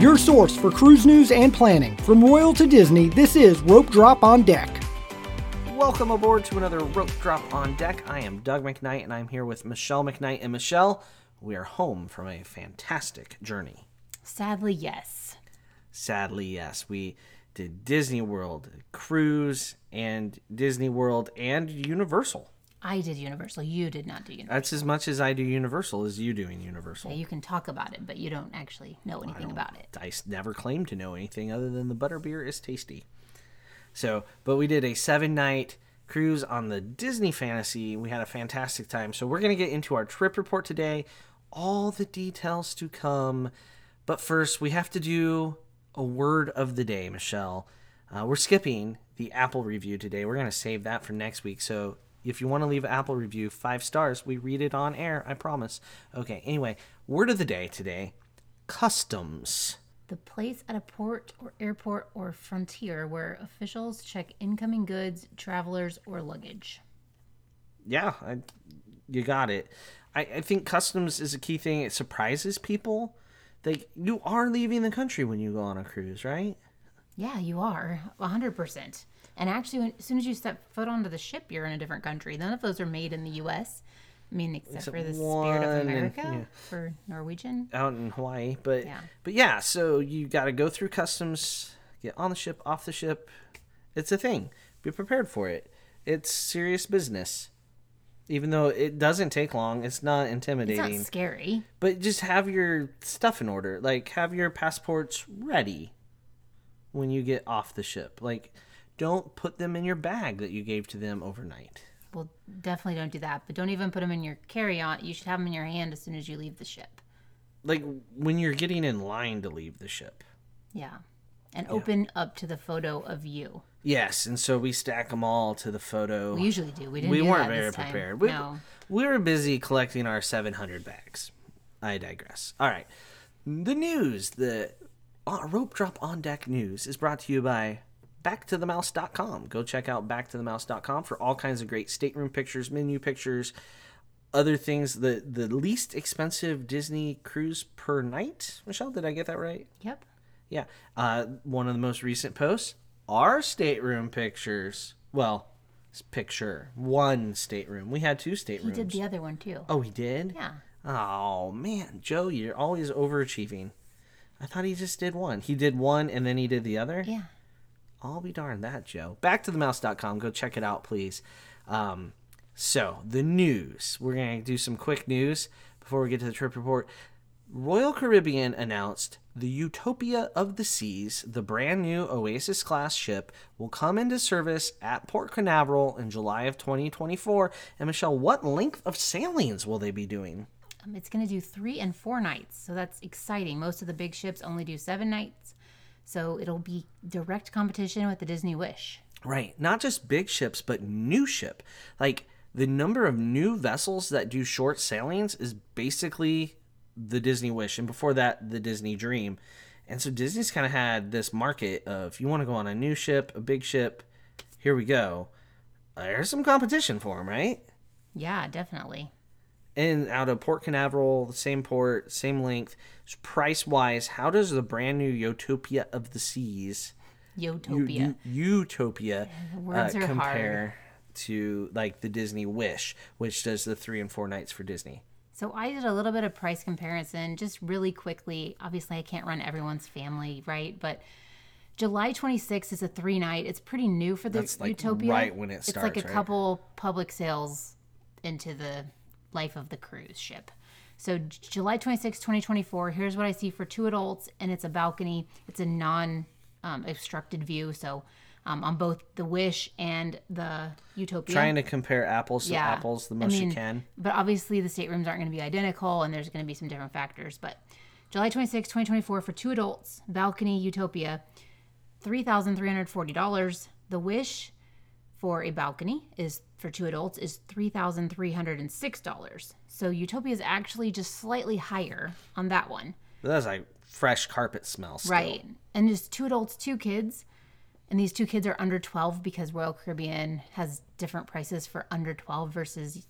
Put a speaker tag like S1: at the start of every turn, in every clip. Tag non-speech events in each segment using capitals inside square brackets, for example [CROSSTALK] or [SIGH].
S1: Your source for cruise news and planning. From Royal to Disney, this is Rope Drop on Deck.
S2: Welcome aboard to another Rope Drop on Deck. I am Doug McKnight, and I'm here with Michelle McKnight. And Michelle, we are home from a fantastic journey.
S3: Sadly, yes.
S2: Sadly, yes, we did Disney World, cruise, and Disney World, and Universal.
S3: I did Universal. You did not do Universal.
S2: That's as much as I do Universal as you doing Universal.
S3: You can talk about it, but you don't actually know anything about it.
S2: I s- never claimed to know anything other than the butterbeer is tasty. So, but we did a seven night cruise on the Disney Fantasy. We had a fantastic time. So, we're going to get into our trip report today. All the details to come. But first, we have to do a word of the day, Michelle. Uh, we're skipping the Apple review today. We're going to save that for next week. So, if you want to leave an Apple review five stars, we read it on air. I promise. Okay. Anyway, word of the day today customs.
S3: The place at a port or airport or frontier where officials check incoming goods, travelers, or luggage.
S2: Yeah, I, you got it. I, I think customs is a key thing. It surprises people. Like you are leaving the country when you go on a cruise, right?
S3: Yeah, you are. 100%. And actually, when, as soon as you step foot onto the ship, you're in a different country. None of those are made in the U.S. I mean, except, for the Spirit
S2: one
S3: of
S2: and-
S3: America
S2: yeah.
S3: for Norwegian.
S2: Out in Hawaii, but
S3: Yeah.
S2: but yeah. So you got to go through customs, get on the ship, off the ship. It's a thing. Be prepared for it. It's serious business. Even though it doesn't take long, it's not
S3: It's
S2: intimidating.
S3: not scary.
S2: But just have your stuff in order. Like have your passports ready when you get off the ship. Like don't put them in your bag that you gave to them overnight.
S3: Well, definitely don't do that. But don't even put them in your carry-on. You should have them in your hand as soon as you leave the ship.
S2: Like when you're getting in line to leave the ship.
S3: Yeah. And open up to the photo of you.
S2: Yes, and so we stack them all to the photo.
S3: We usually do. We didn't.
S2: We
S3: do
S2: weren't
S3: that
S2: very
S3: this time.
S2: prepared. We,
S3: no.
S2: we were busy collecting our 700 bags. I digress. All right. The news, the uh, Rope Drop On Deck news, is brought to you by backtothemouse.com. Go check out backtothemouse.com for all kinds of great stateroom pictures, menu pictures, other things. The, the least expensive Disney cruise per night. Michelle, did I get that right?
S3: Yep.
S2: Yeah. Uh, one of the most recent posts are stateroom pictures. Well, it's picture one stateroom. We had two
S3: He
S2: staterooms.
S3: did the other one too.
S2: oh, he did?
S3: Yeah.
S2: Oh, man. Joe, you're always overachieving. I thought he just did one. He did one and then he did the other?
S3: Yeah.
S2: I'll be darned that, Joe. Back to themouse.com. Go check it out, please. Um, so, the news. We're going to do some quick news before we get to the trip report. Royal Caribbean announced the Utopia of the Seas, the brand new Oasis class ship, will come into service at Port Canaveral in July of 2024. And, Michelle, what length of sailings will they be doing?
S3: Um, it's going to do three and four nights, so that's exciting. Most of the big ships only do seven nights, so it'll be direct competition with the Disney Wish.
S2: Right. Not just big ships, but new ship. Like the number of new vessels that do short sailings is basically the Disney Wish and before that the Disney Dream. And so Disney's kind of had this market of you want to go on a new ship, a big ship, here we go. There's some competition for them, right?
S3: Yeah, definitely.
S2: And out of Port Canaveral, the same port, same length, price wise, how does the brand new Utopia of the Seas u-
S3: Utopia.
S2: u-
S3: [LAUGHS]
S2: utopia
S3: words
S2: uh,
S3: are
S2: compare to like the Disney Wish, which does the three and four nights for Disney.
S3: So I did a little bit of price comparison just really quickly. Obviously, I can't run everyone's family, right? But July 26th is a three night. It's pretty new for the
S2: That's, like,
S3: Utopia.
S2: right when it
S3: It's like
S2: starts,
S3: a
S2: right?
S3: couple public sales into the life of the cruise ship. So J- July 26, 2024, here's what I see for two adults, and it's a balcony. It's a non um, obstructed view. So um, on both the Wish and the Utopia.
S2: Trying to compare apples to
S3: Yeah.
S2: apples the
S3: I
S2: most
S3: mean,
S2: you can.
S3: But obviously, the staterooms aren't going to be identical, and there's going to be some different factors. But July 26, 2024, for two adults, balcony Utopia, $3,340. The Wish for a balcony is for two adults is $3,306. So Utopia is actually just slightly higher on that one.
S2: But that's like fresh carpet smell. Still.
S3: Right. And there's two adults, two kids. And these two kids are under 12 because Royal Caribbean has different prices for under 12 versus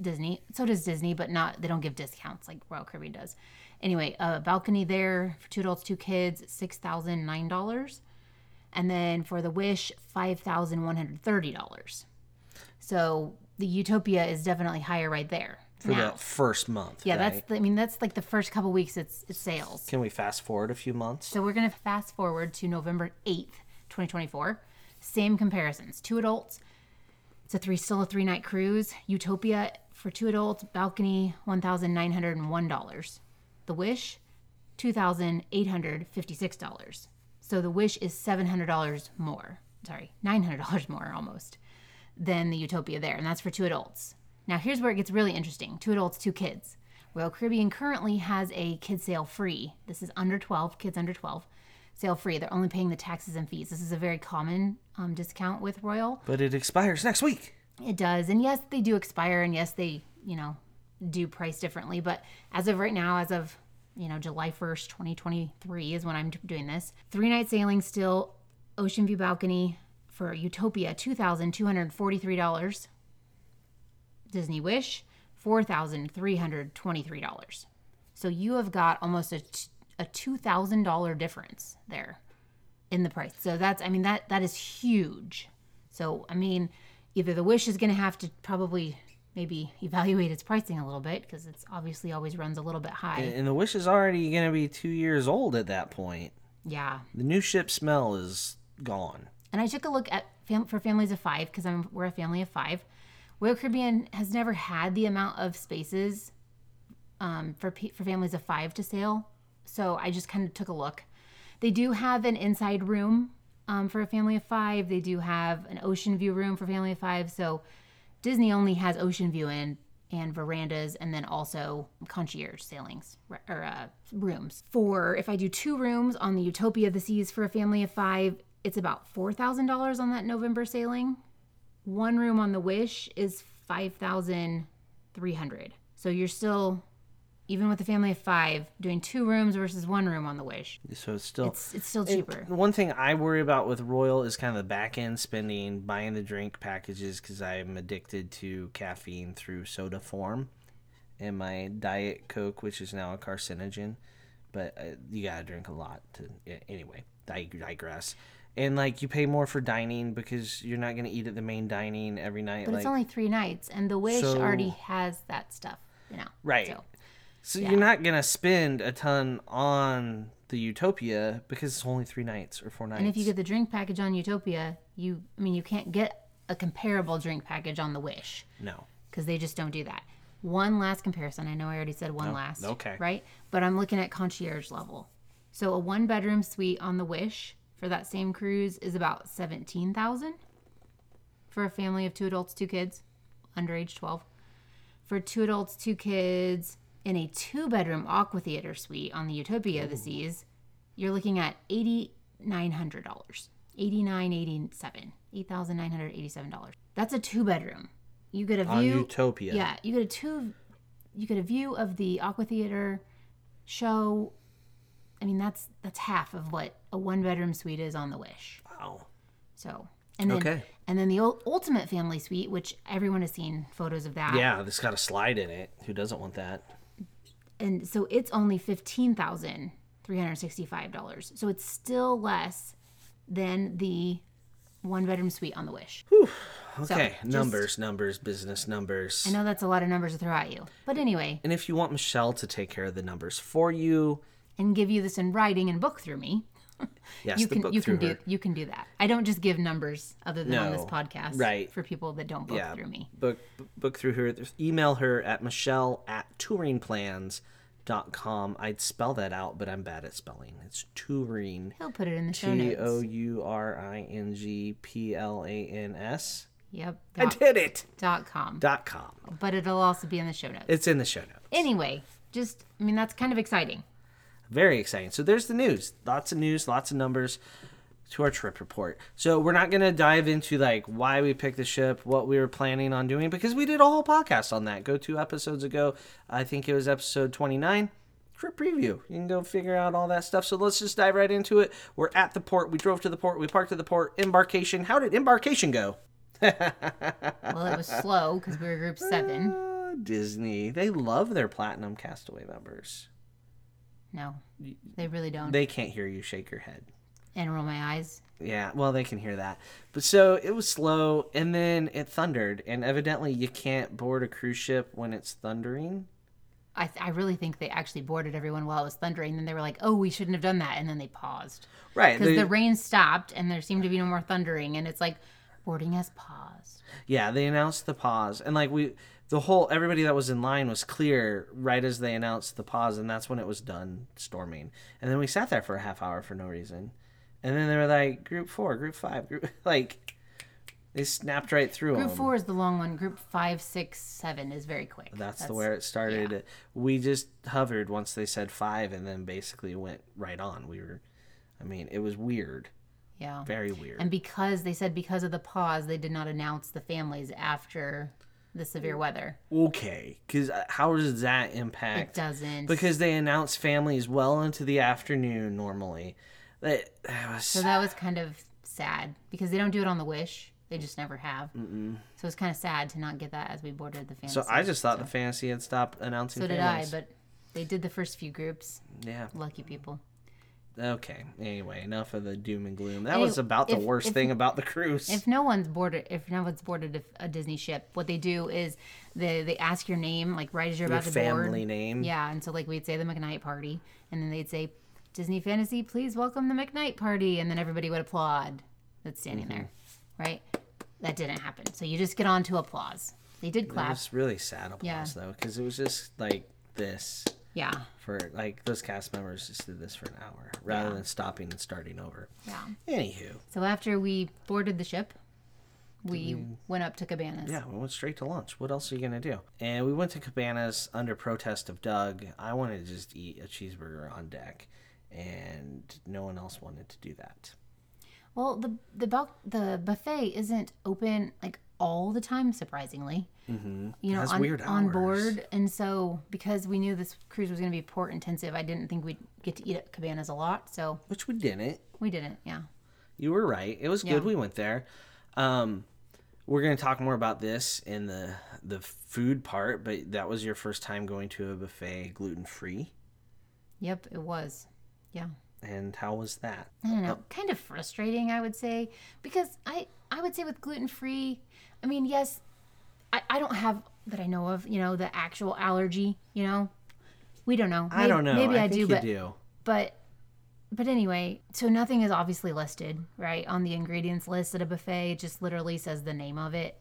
S3: Disney. So does Disney, but not they don't give discounts like Royal Caribbean does. Anyway, a balcony there for two adults, two kids, six thousand nine dollars, and then for the Wish, five thousand one hundred thirty dollars. So the Utopia is definitely higher right there.
S2: for
S3: now.
S2: that first month.
S3: yeah,
S2: right?
S3: that's the, I mean that's like the first couple weeks it's, it's sales.
S2: Can we fast forward a few months?
S3: So we're going to fast forward to November 8th, 2024. Same comparisons. Two adults. It's a three still a three night cruise. Utopia for two adults, balcony $1,901. The Wish $2,856. So the Wish is $700 more. Sorry, $900 [LAUGHS] more almost than the Utopia there, and that's for two adults. Now, here's where it gets really interesting two adults, two kids. Royal Caribbean currently has a kid sale free. This is under 12, kids under 12, sale free. They're only paying the taxes and fees. This is a very common um, discount with Royal.
S2: But it expires next week.
S3: It does. And yes, they do expire, and yes, they, you know, do price differently. But as of right now, as of, you know, July 1st, 2023 is when I'm doing this. Three night sailing still, Ocean View Balcony for Utopia, $2,243. Disney Wish, $4,323. So you have got almost a, t- a $2,000 difference there in the price. So that's, I mean, that that is huge. So, I mean, either the Wish is going to have to probably maybe evaluate its pricing a little bit because it's obviously always runs a little bit high.
S2: And the Wish is already going to be two years old at that point.
S3: Yeah.
S2: The new ship smell is gone.
S3: And I took a look at fam- for families of five because I'm we're a family of five. Royal Caribbean has never had the amount of spaces um, for pe- for families of five to sail, so I just kind of took a look. They do have an inside room um, for a family of five. They do have an ocean view room for family of five. So Disney only has ocean view and and verandas, and then also concierge sailings r- or uh, rooms. For if I do two rooms on the Utopia of the Seas for a family of five, it's about four thousand dollars on that November sailing. One room on the Wish is five thousand three hundred. So you're still, even with a family of five, doing two rooms versus one room on the Wish.
S2: So it's still.
S3: It's, it's still cheaper.
S2: One thing I worry about with Royal is kind of the back end spending, buying the drink packages because I'm addicted to caffeine through soda form and my Diet Coke, which is now a carcinogen. But uh, you got to drink a lot to. yeah, Anyway, I digress. And like you pay more for dining because you're not going to eat at the main dining every night.
S3: But
S2: like,
S3: it's only three nights, and the Wish
S2: So-
S3: already has that stuff. You know,
S2: Right.
S3: So,
S2: So you're not gonna spend a ton on the Utopia because it's only three nights or four nights.
S3: and if you get the drink package on Utopia, you I mean you can't get a comparable drink package on the Wish.
S2: no,
S3: because they just don't do that. One last comparison. I know I already said one last.
S2: okay.
S3: Right? But I'm looking at concierge level. So a one bedroom suite on the Wish for that same cruise is about 17,000 for a family of two adults, two kids, under age 12. For two adults, two kids in a two bedroom amphitheater suite on the Utopia of the Seas, you're looking at $8,900. 8987 $8,987. That's a two bedroom. You get a
S2: on
S3: view
S2: Utopia.
S3: yeah, you get a two, you get a view of the Aqua Theater show. I mean, that's that's half of what a one bedroom suite is on the Wish.
S2: Wow.
S3: So, and then
S2: Okay.
S3: and then the ul- ultimate family suite, which everyone has seen photos of that.
S2: Yeah, that's got a slide in it. Who doesn't want that?
S3: and so it's only fifteen thousand three hundred sixty-five dollars. So it's still less than the one bedroom suite on the Wish.
S2: Okay,
S3: just-
S2: numbers, numbers, business numbers.
S3: I know that's a lot of numbers to throw at you, but anyway,
S2: And if you want Michelle to take care of the numbers for you,
S3: and give you this in writing and book through me.
S2: yes,
S3: you
S2: the
S3: can
S2: book
S3: you
S2: through
S3: can do
S2: her.
S3: you can do that. I don't just give numbers other than on this
S2: No,
S3: podcast,
S2: right.
S3: For people that don't book
S2: yeah,
S3: through me.
S2: book book through her. Email her at Michelle at touringplans.com. I'd spell that out, but I'm bad at spelling. It's touring.
S3: He'll put it in the show
S2: T O
S3: notes.
S2: U R I N G P L A N S.
S3: Yep.
S2: I
S3: Dot,
S2: did it.
S3: dot com.
S2: Dot com.
S3: But it'll also be in the show notes.
S2: It's in the show notes.
S3: Anyway, just I mean that's kind of exciting.
S2: Very exciting. So there's the news. Lots of news, lots of numbers to our trip report. So we're not going to dive into like why we picked the ship, what we were planning on doing, because we did a whole podcast on that. Go two episodes ago. I think it was episode 29. Trip preview. You can go figure out all that stuff. So let's just dive right into it. We're at the port. We drove to the port. We parked at the port. Embarkation. How did embarkation go?
S3: Well,
S2: [LAUGHS]
S3: it was slow because we were group seven.
S2: Uh, Disney. They love their platinum castaway members.
S3: No, they really don't.
S2: They can't hear you shake your head.
S3: and roll my eyes.
S2: Yeah, well, they can hear that. But so it was slow, and then it thundered, and evidently you can't board a cruise ship when it's thundering.
S3: I, th- I really think they actually boarded everyone while it was thundering. Then they were like, "Oh, we shouldn't have done that," and then they paused
S2: Right.
S3: because
S2: they-
S3: the rain stopped and there seemed to be no more thundering. And it's like boarding has paused.
S2: yeah, they announced the pause, and like we, the whole everybody that was in line was clear right as they announced the pause, and that's when it was done storming. And then we sat there for a half hour for no reason, and then they were like, "Group four, group five, group [LAUGHS] like." They snapped right through
S3: Group
S2: them.
S3: four is the long one. Group five, six, seven is very quick.
S2: That's, the where it started. We just hovered once they said five, and then basically went right on. We were, I mean, it was weird,
S3: yeah.
S2: very weird.
S3: And because they said because of the pause, they did not announce the families after the
S2: Mm.
S3: severe weather.
S2: okay, because how does that
S3: It
S2: impact?
S3: doesn't.
S2: Because they announce families well into the afternoon normally. That, [SIGHS] that was
S3: so that was kind of sad because they don't do it on the wish. They just never have. Mm-mm. So it's kind of sad to not get that as we boarded the families.
S2: so. I just thought the fantasy had stopped announcing.
S3: So did I,
S2: families.
S3: but they did the first few groups.
S2: yeah.
S3: Lucky people.
S2: Okay. Anyway, enough of the doom and gloom. That
S3: Any-
S2: was about the
S3: if-
S2: worst
S3: if-
S2: thing about the cruise.
S3: If no one's boarded, if no one's boarded a, a Disney ship, what they do is they they ask your name like right as you're
S2: Your
S3: about to board.
S2: family name.
S3: Yeah, and so like we'd say the McKnight party, and then they'd say, "Disney Fantasy, please welcome the McKnight party," and then everybody would applaud. That's standing
S2: Mm-hmm.
S3: there, right? That didn't happen. So you just get on to applause. They did
S2: It
S3: clap.
S2: was really sad applause though, 'cause though, because it was just like this
S3: Yeah,
S2: for like those cast members just did this for an hour rather than stopping and starting over.
S3: yeah.
S2: Anywho,
S3: So after we boarded the ship, we went up to Cabanas.
S2: yeah, we went straight to lunch. What else are you gonna do? And we went to Cabanas under protest of Doug. I wanted to just eat a cheeseburger on deck, and no one else wanted to do that.
S3: Well, the the bu- the buffet isn't open like all the time, surprisingly. Mm-hmm. You know,
S2: Has
S3: on,
S2: weird
S3: on
S2: hours.
S3: board, and so because we knew this cruise was going to be port intensive, I didn't think we'd get to eat at Cabanas a lot, so
S2: Which we didn't.
S3: we didn't. Yeah,
S2: You were right. It was good. We went there. Um, we're going to talk more about this in the the food part, but that was your first time going to a buffet gluten free,
S3: yep, it was. Yeah,
S2: and how was that?
S3: I don't know, kind of frustrating, I would say, because I I would say with gluten free, I mean, yes, I I don't have that I know of, you know, the actual allergy, you know. We don't know.
S2: I don't know.
S3: Maybe I,
S2: think
S3: do,
S2: you
S3: but
S2: do.
S3: but but anyway so nothing is obviously listed right on the ingredients list at a buffet it just literally says the name of it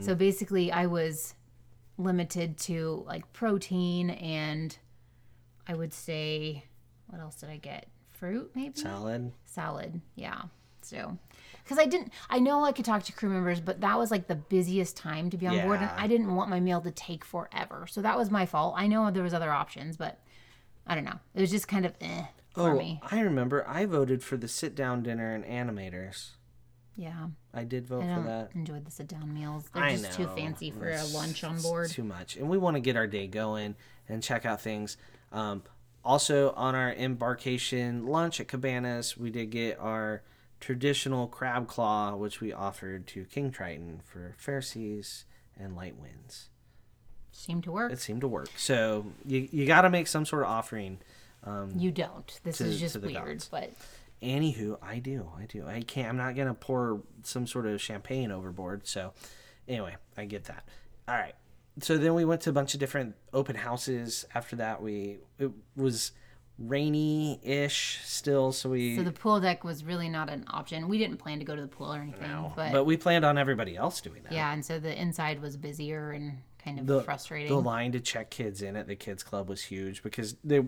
S3: so basically i was limited to like protein and i would say what else did i get fruit maybe
S2: salad.
S3: salad yeah so because i didn't i know i could talk to crew members but that was like the busiest time to be on board and
S2: Yeah.
S3: i didn't want my meal to take forever so that was my fault i know there was other options but i don't know it was just kind of eh for
S2: Oh,
S3: me
S2: I remember. I voted for the sit down dinner and animators.
S3: yeah
S2: I did vote
S3: i
S2: for
S3: don't
S2: that.
S3: enjoy the sit down meals they're
S2: I
S3: just too
S2: know.
S3: fancy for a
S2: It's-
S3: lunch on
S2: it's
S3: board
S2: Too much, and we want to get our day going and check out things. Um, also, on our embarkation lunch at Cabanas, we did get our traditional crab claw, which we offered to King Triton for fair seas and light winds.
S3: seemed to work
S2: It seemed to work. So you you got to make some sort of offering.
S3: you don't this
S2: to-
S3: is just
S2: to the
S3: weird
S2: gods.
S3: but
S2: Anywho, I do, I do. I can't. I'm not gonna pour some sort of champagne overboard. So, anyway, I get that. All right. So then we went to a bunch of different open houses. After that, we it was rainy ish still, so we
S3: so the pool deck was really not an option we didn't plan to go to the pool or anything but,
S2: but we planned on everybody else doing that.
S3: yeah and so the inside was busier and kind of frustrating
S2: The line to check kids in at the kids club was huge because they,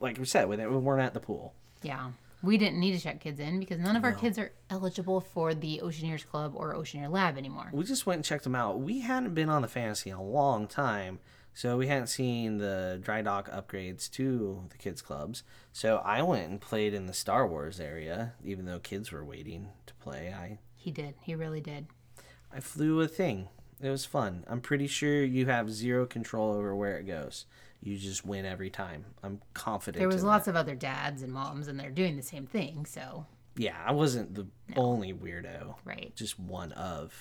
S2: like we said, we they weren't at the pool.
S3: Yeah. We didn't need to check kids in because none of our kids are eligible for the Oceaneers Club or Oceaneer Lab anymore.
S2: we just went and checked them out. We hadn't been on the fantasy in a long time, so we hadn't seen the dry dock upgrades to the kids clubs. So I went and played in the Star Wars area, even though kids were waiting to play. I
S3: He did. He really did.
S2: I flew a thing. It was fun. I'm pretty sure you have zero control over where it goes. You just win every time. I'm confident.
S3: There was
S2: in
S3: lots of other dads and moms and they're doing the same thing, so
S2: that. Yeah, I wasn't the only weirdo.
S3: right.
S2: just one of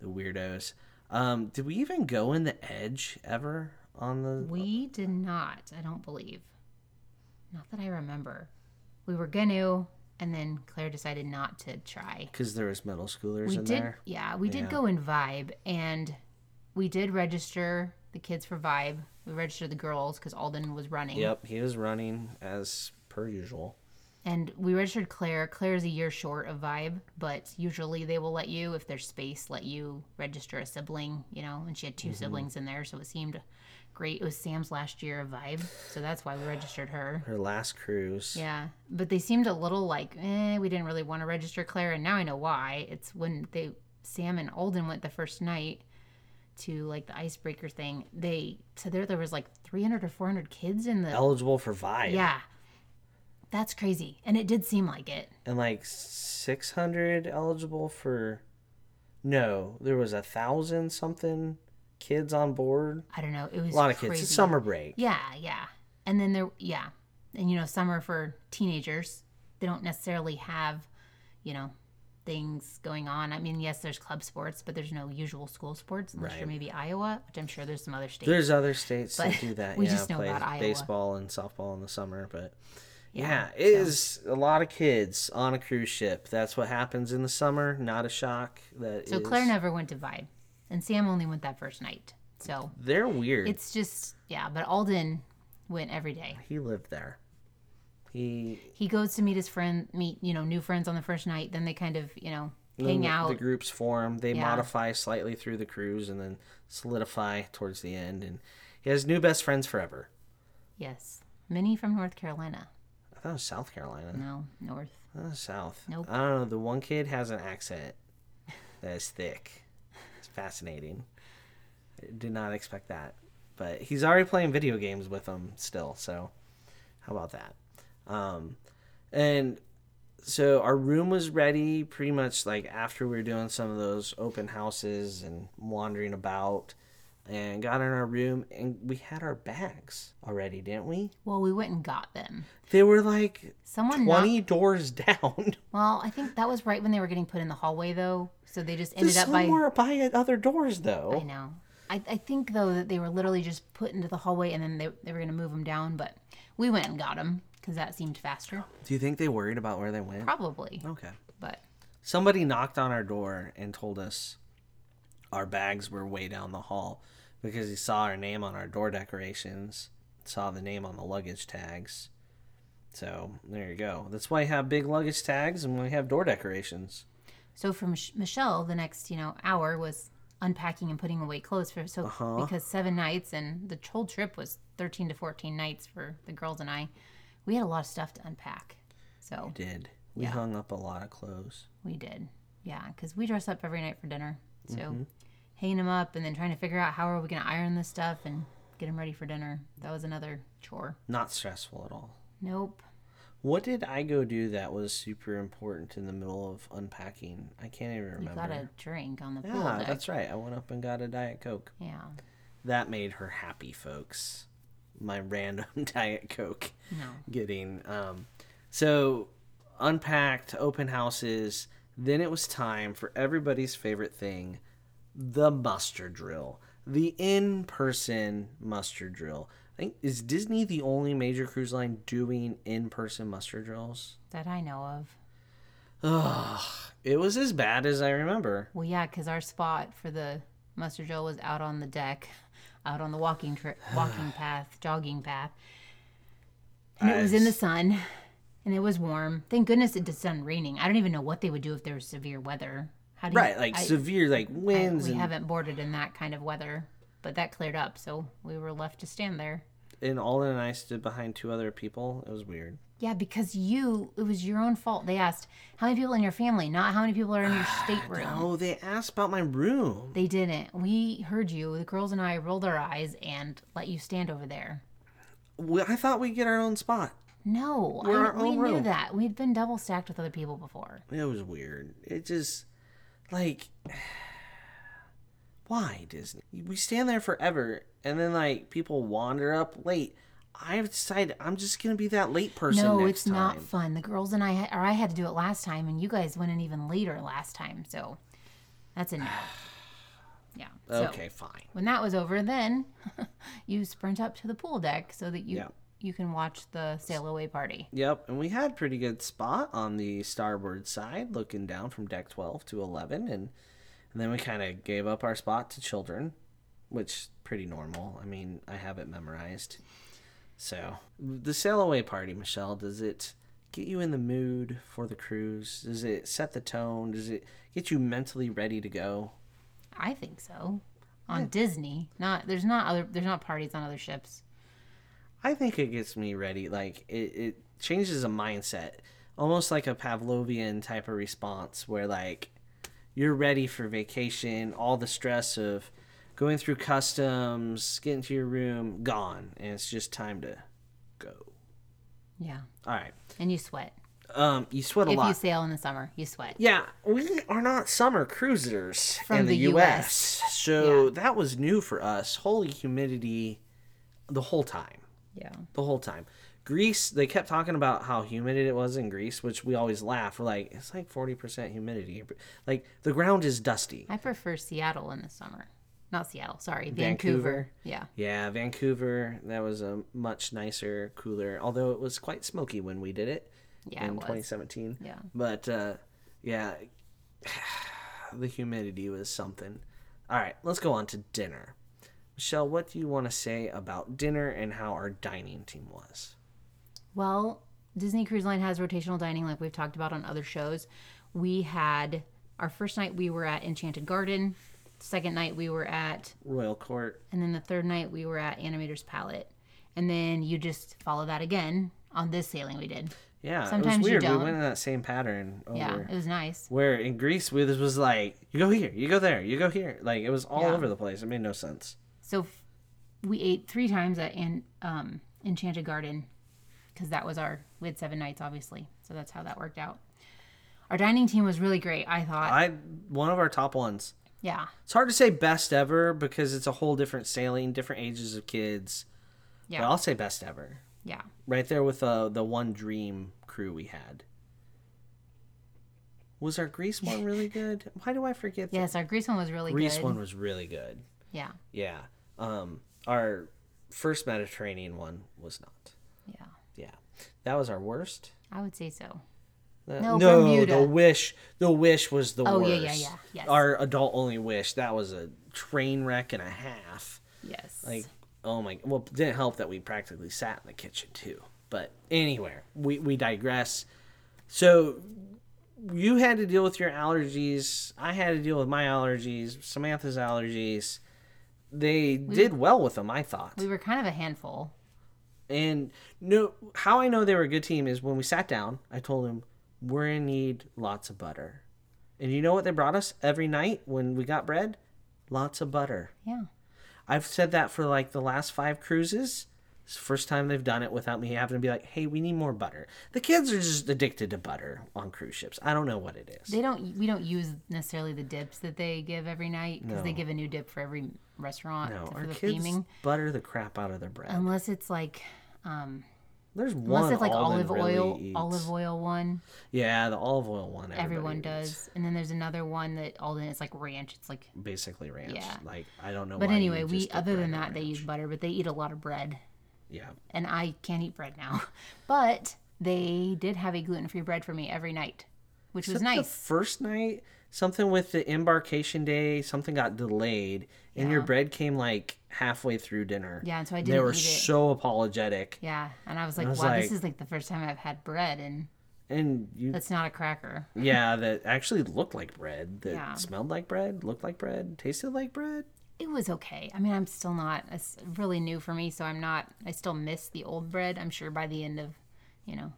S2: the weirdos. Um, did we even go in the edge ever on the?
S3: We did not, I don't believe. Not that I remember. We were going to, and then Claire decided not to try.
S2: because there was middle schoolers
S3: We
S2: in
S3: did,
S2: there.
S3: yeah, we did go in Vibe, and we did register the kids for Vibe. We registered the girls because Alden was running.
S2: Yep, he was running as per usual.
S3: And we registered Claire. Claire's a year short of Vibe, but usually they will let you, if there's space, let you register a sibling, you know? And she had 2 siblings in there, so it seemed great. It was Sam's last year of Vibe, so that's why we registered her.
S2: Her last cruise.
S3: Yeah. But they seemed a little like, eh, we didn't really want to register Claire. And now I know why. It's when they, Sam and Alden went the first night to like the icebreaker thing. They, so there, there was like 300 or 400 kids in the,
S2: Eligible for Vibe.
S3: yeah. That's crazy. And it did seem like it.
S2: and like 600 eligible for no there was a thousand something kids on board
S3: I don't know. It was
S2: a lot of kids it's
S3: crazy.
S2: summer break
S3: Yeah, yeah. And then there, yeah, and you know, summer for teenagers, they don't necessarily have, you know, things going on. I mean, yes, there's club sports, but there's no usual school sports unless you're
S2: Right.
S3: maybe Iowa, which I'm sure there's some other states.
S2: there's other states that
S3: But
S2: do that
S3: [LAUGHS] we
S2: yeah
S3: just know
S2: play
S3: about Iowa.
S2: baseball and softball in the summer but yeah, it is a lot of kids on a cruise ship that's what happens in the summer not a shock that
S3: so
S2: is-
S3: Claire never went to Vibe, and Sam only went that first night. So
S2: they're weird
S3: it's just yeah. But Alden went every day.
S2: he lived there he
S3: He goes to meet his friend, meet you know new friends on the first night. Then they kind of you know
S2: then
S3: hang
S2: the-
S3: out.
S2: The groups form. They
S3: Yeah.
S2: modify slightly through the cruise and then solidify towards the end. And he has new best friends forever.
S3: yes, Minnie from North Carolina.
S2: I thought it was South Carolina.
S3: No, North.
S2: I thought it was Uh, South.
S3: Nope.
S2: I don't know. The one kid has an accent that is thick. It's fascinating. I did not expect that. But he's already playing video games with them still. So how about that? Um, and so our room was ready pretty much like after we were doing some of those open houses and wandering about and got in our room and we had our bags already didn't we
S3: Well, we went and got them.
S2: they were like
S3: Someone knocked.
S2: 20 doors [LAUGHS] down
S3: Well, I think that was right when they were getting put in the hallway, though. So they just ended
S2: Ended
S3: up
S2: some
S3: by.
S2: were by other doors
S3: I
S2: though
S3: know. I, I think though that they were literally just put into the hallway, and then they they were gonna move them down. But we went and got them because that seemed faster,
S2: do you think they worried about where they went
S3: probably.
S2: okay
S3: But
S2: somebody knocked on our door and told us our bags were way down the hall because he saw our name on our door decorations, saw the name on the luggage tags. So there you go. That's why you have big luggage tags and we have door decorations.
S3: so for Mich- Michelle, the next you know hour was unpacking and putting away clothes for so because seven nights and the whole trip was thirteen to fourteen nights for the girls and I. We had a lot of stuff to unpack, so
S2: Did we hung up a lot of clothes?
S3: We did. Yeah, because we dress up every night for dinner. So
S2: Mm-hmm.
S3: hanging them up and then trying to figure out how are we going to iron this stuff and get them ready for dinner. That was another chore.
S2: Not stressful at all.
S3: Nope.
S2: What did I go do that was super important in the middle of unpacking? I can't even
S3: You
S2: remember.
S3: got a drink on the pool
S2: yeah,
S3: deck.
S2: that's right. I went up and got a diet coke.
S3: Yeah.
S2: that made her happy folks my [LAUGHS] random diet coke
S3: No.
S2: getting um so unpacked open houses then it was time for everybody's favorite thing the muster drill the in-person muster drill i think is disney the only major cruise line doing in-person muster drills
S3: That I know of.
S2: Ugh, it was as bad as i remember
S3: Well, yeah, because our spot for the mustard drill was out on the deck, out on the walking trip,
S2: [SIGHS]
S3: walking path, jogging path, and it was in the sun, and it was warm. Thank goodness it just done raining. I don't even know what they would do if there was severe weather. How do you,
S2: right like
S3: I-
S2: severe like winds
S3: we
S2: and
S3: haven't boarded in that kind of weather, but that cleared up, so we were left to stand there.
S2: and Alden and I stood behind two other people. It was weird.
S3: Yeah, because you, it was your own fault. They asked how many people in your family, not how many people are in [SIGHS] your stateroom.
S2: Oh, they asked about my room.
S3: They didn't. We heard you. The girls and I rolled our eyes and let you stand over there.
S2: We- I thought we'd get our own spot.
S3: No,
S2: We're
S3: I,
S2: our
S3: we
S2: own
S3: knew
S2: room.
S3: that. We'd been double stacked with other people before.
S2: It was weird. It just, like, [SIGHS] why Disney? We stand there forever, and then like people wander up late. I've decided I'm just gonna be that late person.
S3: No,
S2: next
S3: it's not
S2: time.
S3: fun. The girls and I, ha- or I had to do it last time, and you guys went in even later last time. So that's [SIGHS] a no. Yeah. so-
S2: Okay, fine.
S3: [LAUGHS] When that was over, then you sprint up to the pool deck so that you
S2: Yeah.
S3: you can watch the sail away party.
S2: Yep, and we had pretty good spot on the starboard side, looking down from deck twelve to eleven, and and then we kind of gave up our spot to children, which is pretty normal. I mean, I have it memorized. So the sail away party, Michelle, does it get you in the mood for the cruise? Does it set the tone? Does it get you mentally ready to go?
S3: I think so. On Disney, not there's not other there's not parties on other ships.
S2: I think it gets me ready. Like it, it changes a mindset, almost like a Pavlovian type of response, where like you're ready for vacation. All the stress of going through customs, getting to your room, gone, and it's just time to go.
S3: Yeah,
S2: All right.
S3: and you sweat
S2: Um, you sweat a
S3: if
S2: lot.
S3: you sail in the summer. You sweat.
S2: Yeah, we are not summer cruisers
S3: From
S2: in the,
S3: the
S2: U.S.,
S3: US.
S2: so
S3: Yeah.
S2: that was new for us. Holy humidity, the whole time.
S3: Yeah,
S2: the whole time. Greece, they kept talking about how humid it was in Greece, which we always laugh. We're like, it's like 40% humidity. Like, the ground is dusty.
S3: I prefer Seattle in the summer. Not Seattle, sorry,
S2: Vancouver.
S3: Vancouver. Yeah,
S2: Yeah, Vancouver, that was a much nicer, cooler, although it was quite smoky when we did it
S3: yeah,
S2: in
S3: it was.
S2: 2017.
S3: Yeah.
S2: But, uh, yeah, [SIGHS] the humidity was something. All right, let's go on to dinner. Michelle, what do you want to say about dinner and how our dining team was?
S3: Well, Disney Cruise Line has rotational dining like we've talked about on other shows. We had our first night we were at Enchanted Garden, second night we were at
S2: Royal Court,
S3: and then the third night we were at Animator's Palette. And then you just follow that again on this sailing we did.
S2: Yeah, it
S3: Sometimes
S2: was
S3: you
S2: weird. We
S3: don't.
S2: went in that same pattern over.
S3: Yeah, it was nice.
S2: Where in Greece, we, this was like, you go here, you go there, you go here. Like, it was all
S3: Yeah.
S2: over the place. It made no sense.
S3: So f- we ate three times at an, um, Enchanted Garden because that was our we had seven nights obviously. So that's how that worked out. Our dining team was really great. I thought.
S2: I One of our top ones.
S3: yeah,
S2: It's hard to say best ever because it's a whole different sailing, different ages of kids.
S3: Yeah.
S2: But I'll say best ever.
S3: yeah.
S2: Right there with uh, the one dream crew we had. Was our Greece one really good? Why do I forget
S3: Yes, our Greece one was really
S2: the Greece
S3: good.
S2: one was really good.
S3: Yeah,
S2: Yeah. Um, our first Mediterranean one was not.
S3: yeah.
S2: Yeah, that was our worst.
S3: I would say so.
S2: Uh,
S3: No,
S2: the
S3: Bermuda.
S2: wish, the wish was the
S3: Oh,
S2: worst.
S3: yeah, yeah, yeah, yes.
S2: Our adult only wish that was a train wreck and a half.
S3: Yes.
S2: Like, oh my, well, it didn't help that we practically sat in the kitchen too. But anywhere, we we digress. So you had to deal with your allergies. I had to deal with my allergies. Samantha's allergies. They did well with them, I thought.
S3: we were kind of a handful.
S2: And no, how I know they were a good team is when we sat down, I told them we're in need lots of butter. And you know what they brought us every night when we got bread? Lots of butter.
S3: Yeah.
S2: I've said that for like the last five cruises. It's the first time they've done it without me having to be like, "Hey, we need more butter." The kids are just addicted to butter on cruise ships. I don't know what it is.
S3: They don't. We don't use necessarily the dips that they give every night because they give a new dip for every restaurant
S2: no,
S3: to- for
S2: our
S3: the
S2: kids
S3: theming.
S2: butter the crap out of their bread.
S3: Unless it's like, um,
S2: There's
S3: unless
S2: one
S3: it's like olive oil,
S2: really eats.
S3: olive oil one.
S2: Yeah, the olive oil one. everybody
S3: Everyone
S2: eats.
S3: does, and then there's another one that Alden. It's like ranch. It's like.
S2: basically ranch.
S3: Yeah.
S2: Like I don't know.
S3: But
S2: why you
S3: anyway,
S2: would
S3: we
S2: just dip bread
S3: other than
S2: in
S3: that they
S2: ranch.
S3: use butter, but they eat a lot of bread,
S2: yeah.
S3: and I can't eat bread now. [LAUGHS] But they did have a gluten-free bread for me every night, which was
S2: Except
S3: nice.
S2: The first night, something with the embarkation day, something got delayed, and your bread came like halfway through dinner.
S3: Yeah, and so I
S2: And They
S3: didn't
S2: were
S3: eat it.
S2: so apologetic,
S3: Yeah, and I was like,
S2: was
S3: wow,
S2: like-
S3: this is like the first time I've had bread, and
S2: and you,
S3: that's not a cracker.
S2: yeah, that actually looked like bread, that
S3: Yeah.
S2: smelled like bread, looked like bread, tasted like bread.
S3: It was okay. I mean, I'm still not. It's really new for me, so I'm not. I still miss the old bread. I'm sure by the end of, you know,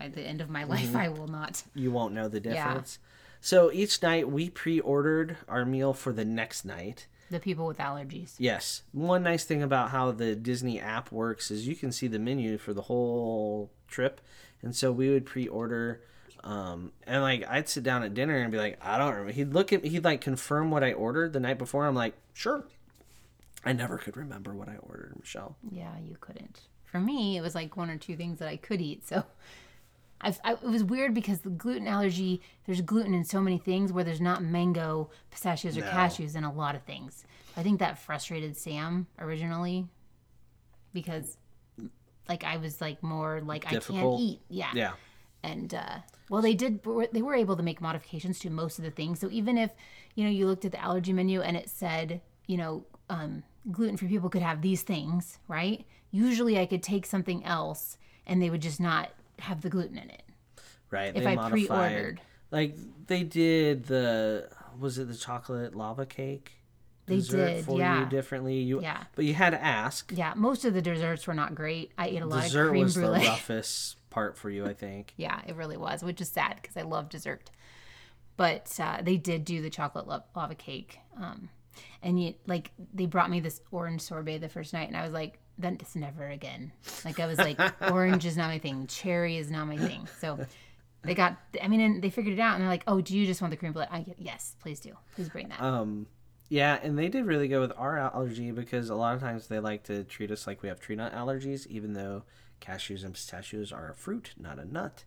S3: by the end of my life, I will not.
S2: You won't know the difference. So each night we pre-ordered our meal for the next night.
S3: The people with allergies.
S2: Yes. One nice thing about how the Disney app works is you can see the menu for the whole trip. And so we would pre order. Um, and like I'd sit down at dinner and be like, I don't remember. He'd look at me, he'd like confirm what I ordered the night before. I'm like, sure. I never could remember what I ordered, Michelle.
S3: Yeah, you couldn't. For me, it was like one or two things that I could eat. So, I've, I, it was weird because the gluten allergy. There's gluten in so many things where there's not mango, pistachios, or cashews in a lot of things. I think that frustrated Sam originally, because like I was like more like I can't
S2: Difficult.
S3: eat. Yeah.
S2: Yeah.
S3: And uh, well, they did. They were able to make modifications to most of the things. So even if you know you looked at the allergy menu and it said you know um, gluten free people could have these things, right? Usually I could take something else and they would just not have the gluten in it.
S2: Right.
S3: If I pre-ordered.
S2: Like they did the was it the chocolate lava cake?
S3: They
S2: dessert
S3: did,
S2: for
S3: yeah.
S2: you differently. You
S3: Yeah.
S2: but you had to ask.
S3: Yeah, most of the desserts were not great. I ate a lot of
S2: Dessert
S3: cream
S2: was the
S3: brulee.
S2: roughest part for you, I think.
S3: Yeah, it really was, which is sad because I love dessert. But uh, they did do the chocolate lo- lava cake, um, and you, like they brought me this orange sorbet the first night, and I was like, "Then it's never again." Like I was like, "Orange is not my thing. Cherry is not my thing." So they got, I mean, and they figured it out, and they're like, "Oh, do you just want the cream brulee?" I get, yes, please do. Please bring that.
S2: Um yeah, and they did really good with our allergy because a lot of times they like to treat us like we have tree nut allergies, even though cashews and pistachios are a fruit, not a nut.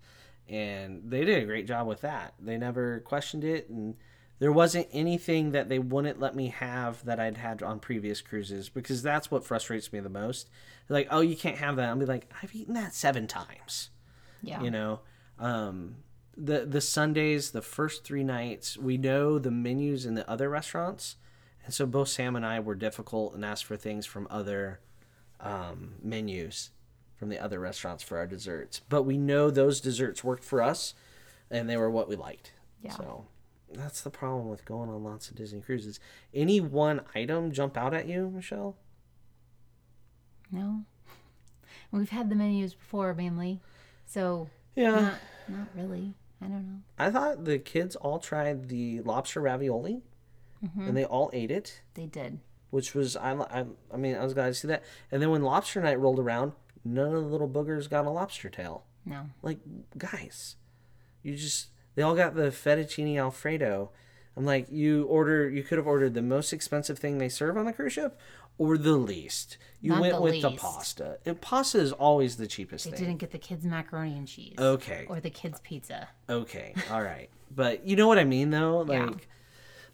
S2: And they did a great job with that. They never questioned it, and there wasn't anything that they wouldn't let me have that I'd had on previous cruises because that's what frustrates me the most. They're like, oh, you can't have that. I'll be like, I've eaten that seven times
S3: yeah,
S2: you know um the the sundays the first three nights we know the menus in the other restaurants and so both sam and i were difficult and asked for things from other um, menus from the other restaurants for our desserts but we know those desserts worked for us and they were what we liked
S3: Yeah.
S2: so that's the problem with going on lots of disney cruises any one item jump out at you michelle
S3: no, we've had the menus before mainly, so
S2: yeah
S3: not not really. I don't know.
S2: i thought the kids all tried the lobster ravioli and they all ate it
S3: They did.
S2: which was I, I I mean I was glad to see that. And then when lobster night rolled around, none of the little boogers got a lobster tail.
S3: No.
S2: Like guys, you just they all got the fettuccine alfredo. I'm like you order you could have ordered the most expensive thing they serve on the cruise ship or the least. You
S3: Not
S2: went
S3: the
S2: with the
S3: least.
S2: pasta. And pasta is always the cheapest
S3: They
S2: thing.
S3: didn't get the kids macaroni and cheese.
S2: Okay.
S3: Or the kids pizza.
S2: Okay. All right. But you know what I mean though? Like
S3: Yeah.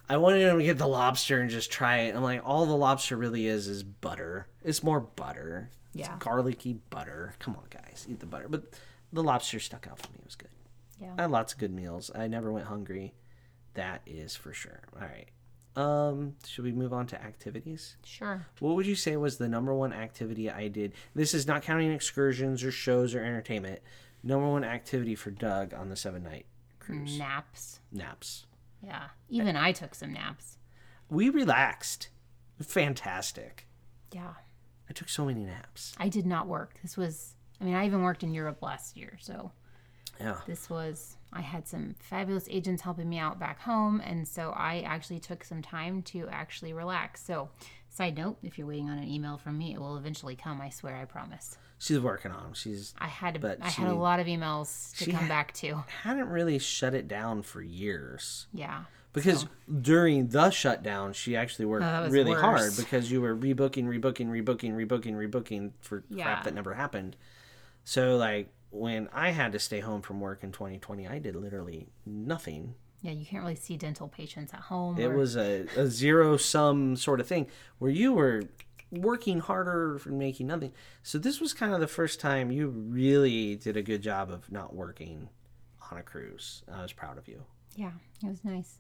S2: I wanted him to get the lobster and just try it. I'm like, all the lobster really is is butter. It's more butter. It's
S3: Yeah.
S2: garlicky butter. Come on, guys, eat the butter. But the lobster stuck out for me. It was good.
S3: Yeah.
S2: I had lots of good meals. I never went hungry. That is for sure. All right. Um, should we move on to activities?
S3: Sure.
S2: What would you say was the number one activity I did? This is not counting excursions or shows or entertainment. Number one activity for Doug on the seven night cruise.
S3: Naps.
S2: Naps.
S3: Yeah. Even I took some naps.
S2: We relaxed. Fantastic.
S3: Yeah.
S2: I took so many naps.
S3: I did not work. This was I mean, I even worked in Europe last year, so
S2: Yeah.
S3: this was I had some fabulous agents helping me out back home and so I actually took some time to actually relax. So side note, if you're waiting on an email from me, it will eventually come, I swear, I promise.
S2: She's working on 'em. She's
S3: I had
S2: But
S3: I had a
S2: she-
S3: lot of emails to
S2: she
S3: come
S2: had-
S3: back to.
S2: hadn't really shut it down for years.
S3: Yeah.
S2: Because during the shutdown, she actually worked
S3: that was
S2: really hard
S3: worse.
S2: because you were rebooking, rebooking, rebooking, rebooking, rebooking for
S3: Yeah.
S2: crap that never happened. So, like, when I had to stay home from work in 2020, I did literally nothing
S3: Yeah, you can't really see dental patients at home.
S2: It
S3: or-
S2: was a, a zero sum sort of thing where you were working harder and making nothing. So this was kind of the first time you really did a good job of not working on a cruise. I was proud of you.
S3: Yeah, it was nice.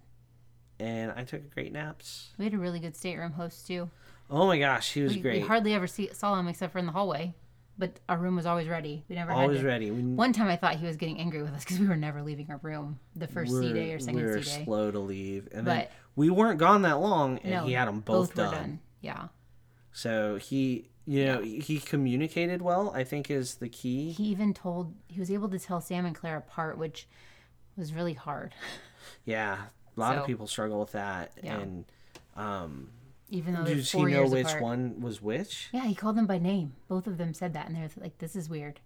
S2: And I took great naps.
S3: We had a really good stateroom host too.
S2: Oh my gosh, he was
S3: We, we
S2: great.
S3: hardly ever see, saw him except for in the hallway, but our room was always ready. We never
S2: Always
S3: had to.
S2: ready. We
S3: One time I thought he was getting angry with us because we were never leaving our room the first
S2: were,
S3: C day or
S2: we
S3: second
S2: were
S3: C day.
S2: slow to leave. And then
S3: But-
S2: we weren't gone that long and
S3: No,
S2: he had them both,
S3: were
S2: done.
S3: Yeah,
S2: So he, you know, he communicated well, I think is the key.
S3: he even told he was able to tell Sam and Claire apart, which was really hard.
S2: Yeah, a lot of
S3: So-
S2: people struggle with that.
S3: Yeah.
S2: And
S3: Even though they're
S2: did she
S3: four
S2: know
S3: years
S2: which
S3: apart.
S2: one was which?
S3: Yeah, he called them by name. Both of them said that, and they're like, "This is weird."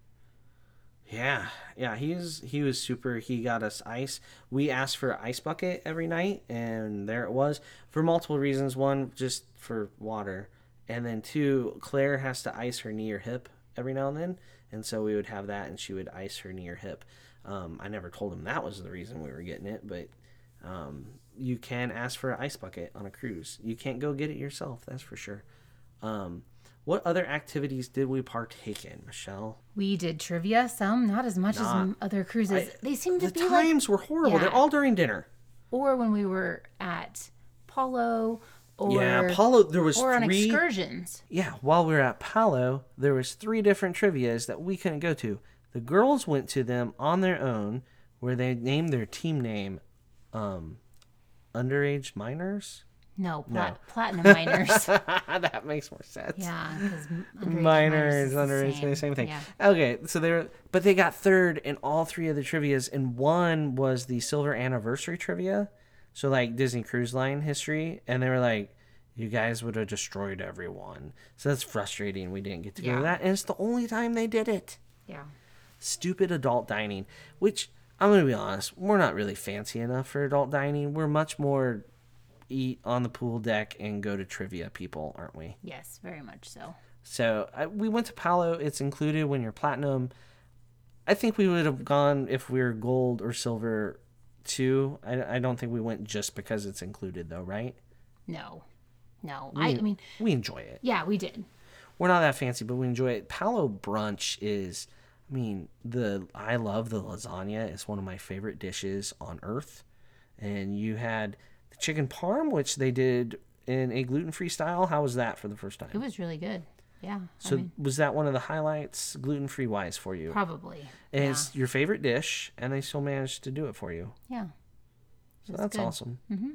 S2: Yeah, yeah. He is. He was super. He got us ice. We asked for ice bucket every night, and there it was for multiple reasons. One, just for water, and then two, Claire has to ice her knee or hip every now and then, and so we would have that, and she would ice her knee or hip. Um, I never told him that was the reason we were getting it, but um, you can ask for an ice bucket on a cruise. You can't go get it yourself, that's for sure. Um, What other activities did we partake in, Michelle?
S3: We did trivia, some not as much as m- other cruises. they seem to
S2: The
S3: be like,
S2: times were horrible. They're
S3: Yeah.
S2: all during dinner.
S3: or when we were at Polo, or
S2: yeah, Apollo. There was
S3: or on
S2: three.
S3: excursions.
S2: Yeah, while we were at Palo, there was three different trivia's that we couldn't go to. The girls went to them on their own, where they named their team name, um, underage minors.
S3: No, plat-
S2: [LAUGHS]
S3: platinum miners.
S2: Ah, that makes more sense.
S3: yeah, because
S2: Minors, underage, same, same thing.
S3: Yeah.
S2: Okay, so they were, but they got third in all three of the trivia's, and one was the silver anniversary trivia, so like Disney Cruise Line history, and they were like, "You guys would have destroyed everyone." So that's frustrating. We didn't get to go
S3: Yeah.
S2: to that, and it's the only time they did it.
S3: yeah.
S2: Stupid adult dining, which I'm gonna be honest, we're not really fancy enough for adult dining. We're much more eat on the pool deck and go to trivia people, aren't we?
S3: Yes, very much so.
S2: So I, we went to Palo. It's included when you're platinum. I think we would have gone if we were gold or silver too. I, I don't think we went just because it's included though, right?
S3: No, no. I, I mean,
S2: We enjoy it.
S3: yeah, we did.
S2: We're not that fancy, but we enjoy it. Palo brunch is, I mean, the I love the lasagna. It's one of my favorite dishes on earth. And you had the chicken parm, which they did in a gluten free style. How was that for the first time?
S3: It was really good. Yeah, I
S2: so
S3: mean,
S2: was that one of the highlights, gluten free wise, for you?
S3: probably.
S2: and it's your favorite dish, and they still managed to do it for you.
S3: Yeah,
S2: So
S3: That's
S2: that's
S3: good.
S2: awesome. Mm-hmm.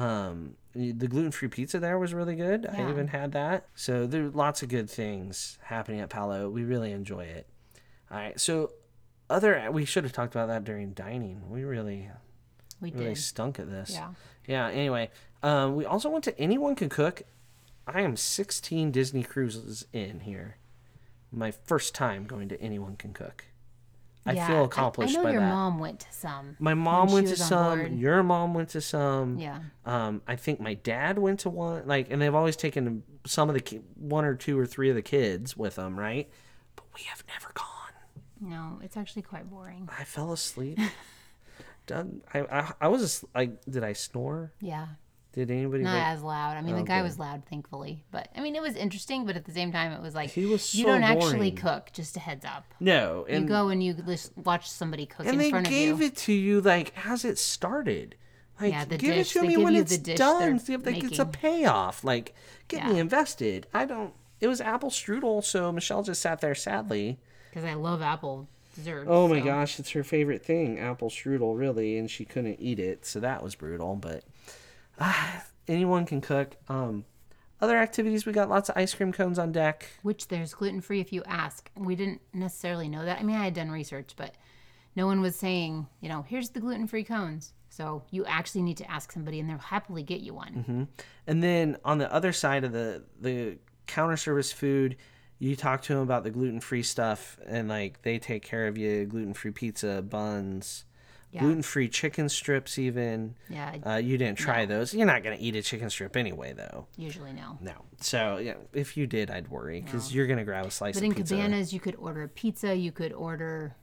S2: Um, y- the gluten free pizza there was really good. I
S3: Yeah.
S2: even had that. So there are lots of good things happening at Palo. We really enjoy it. All right. So other we should have talked about that during dining. We really
S3: we
S2: really
S3: did.
S2: stunk at this.
S3: Yeah.
S2: Yeah. Anyway, um, we also went to Anyone Can Cook. I am 16 Disney cruises in here. My first time going to Anyone Can Cook. I
S3: yeah.
S2: feel accomplished
S3: I, I know
S2: by
S3: your
S2: that.
S3: mom went to some.
S2: My mom
S3: she
S2: went to
S3: was on
S2: some.
S3: board.
S2: Your mom went to some.
S3: Yeah.
S2: Um, I think my dad went to one. Like, and they've always taken some of the ki- one or two or three of the kids with them, right? But we have never gone.
S3: No, it's actually quite boring.
S2: I fell
S3: [LAUGHS]
S2: asleep. Doug, I, I I was as- like, did I snore?
S3: Yeah.
S2: Did anybody?
S3: Not
S2: wake-
S3: as loud. I mean, the guy was loud, thankfully, but I mean, it was interesting. But at the same time, it was like
S2: He was
S3: you
S2: so
S3: don't actually
S2: boring.
S3: cook. Just a heads up.
S2: no, and
S3: you go and you lis- watch somebody cook
S2: and
S3: in
S2: they
S3: front
S2: gave
S3: of you.
S2: it to you like as it started. Like,
S3: Yeah, the
S2: give
S3: dish.
S2: it to
S3: They
S2: me
S3: give
S2: when
S3: you
S2: it's
S3: the dish
S2: done.
S3: they're
S2: See if like it's a
S3: making.
S2: payoff. Like, get me
S3: Yeah.
S2: invested. I don't. It was apple strudel, so Michelle just sat there sadly.
S3: Because I love apple dessert.
S2: Oh my
S3: so-
S2: gosh, it's her favorite thing, apple strudel, really, and she couldn't eat it, so that was brutal. But [SIGHS] ah, anyone can cook. Um, other activities, we got lots of ice cream cones on deck.
S3: Which there's gluten free if you ask. We didn't necessarily know that. I mean, I had done research, but no one was saying, you know, here's the gluten free cones. So you actually need to ask somebody, and they'll happily get you one.
S2: Mm-hmm. And then on the other side of the the counter service food, you talk to them about the gluten free stuff, and like they take care of you gluten free pizza buns,
S3: Yeah.
S2: gluten free chicken strips. Even
S3: Yeah, I
S2: uh, you didn't try those. You're not gonna eat a chicken strip anyway, though.
S3: usually no.
S2: No. So yeah, if you did, I'd worry because you're gonna grab a slice
S3: But
S2: of
S3: in
S2: pizza.
S3: Cabanas, you could order a pizza. You could order,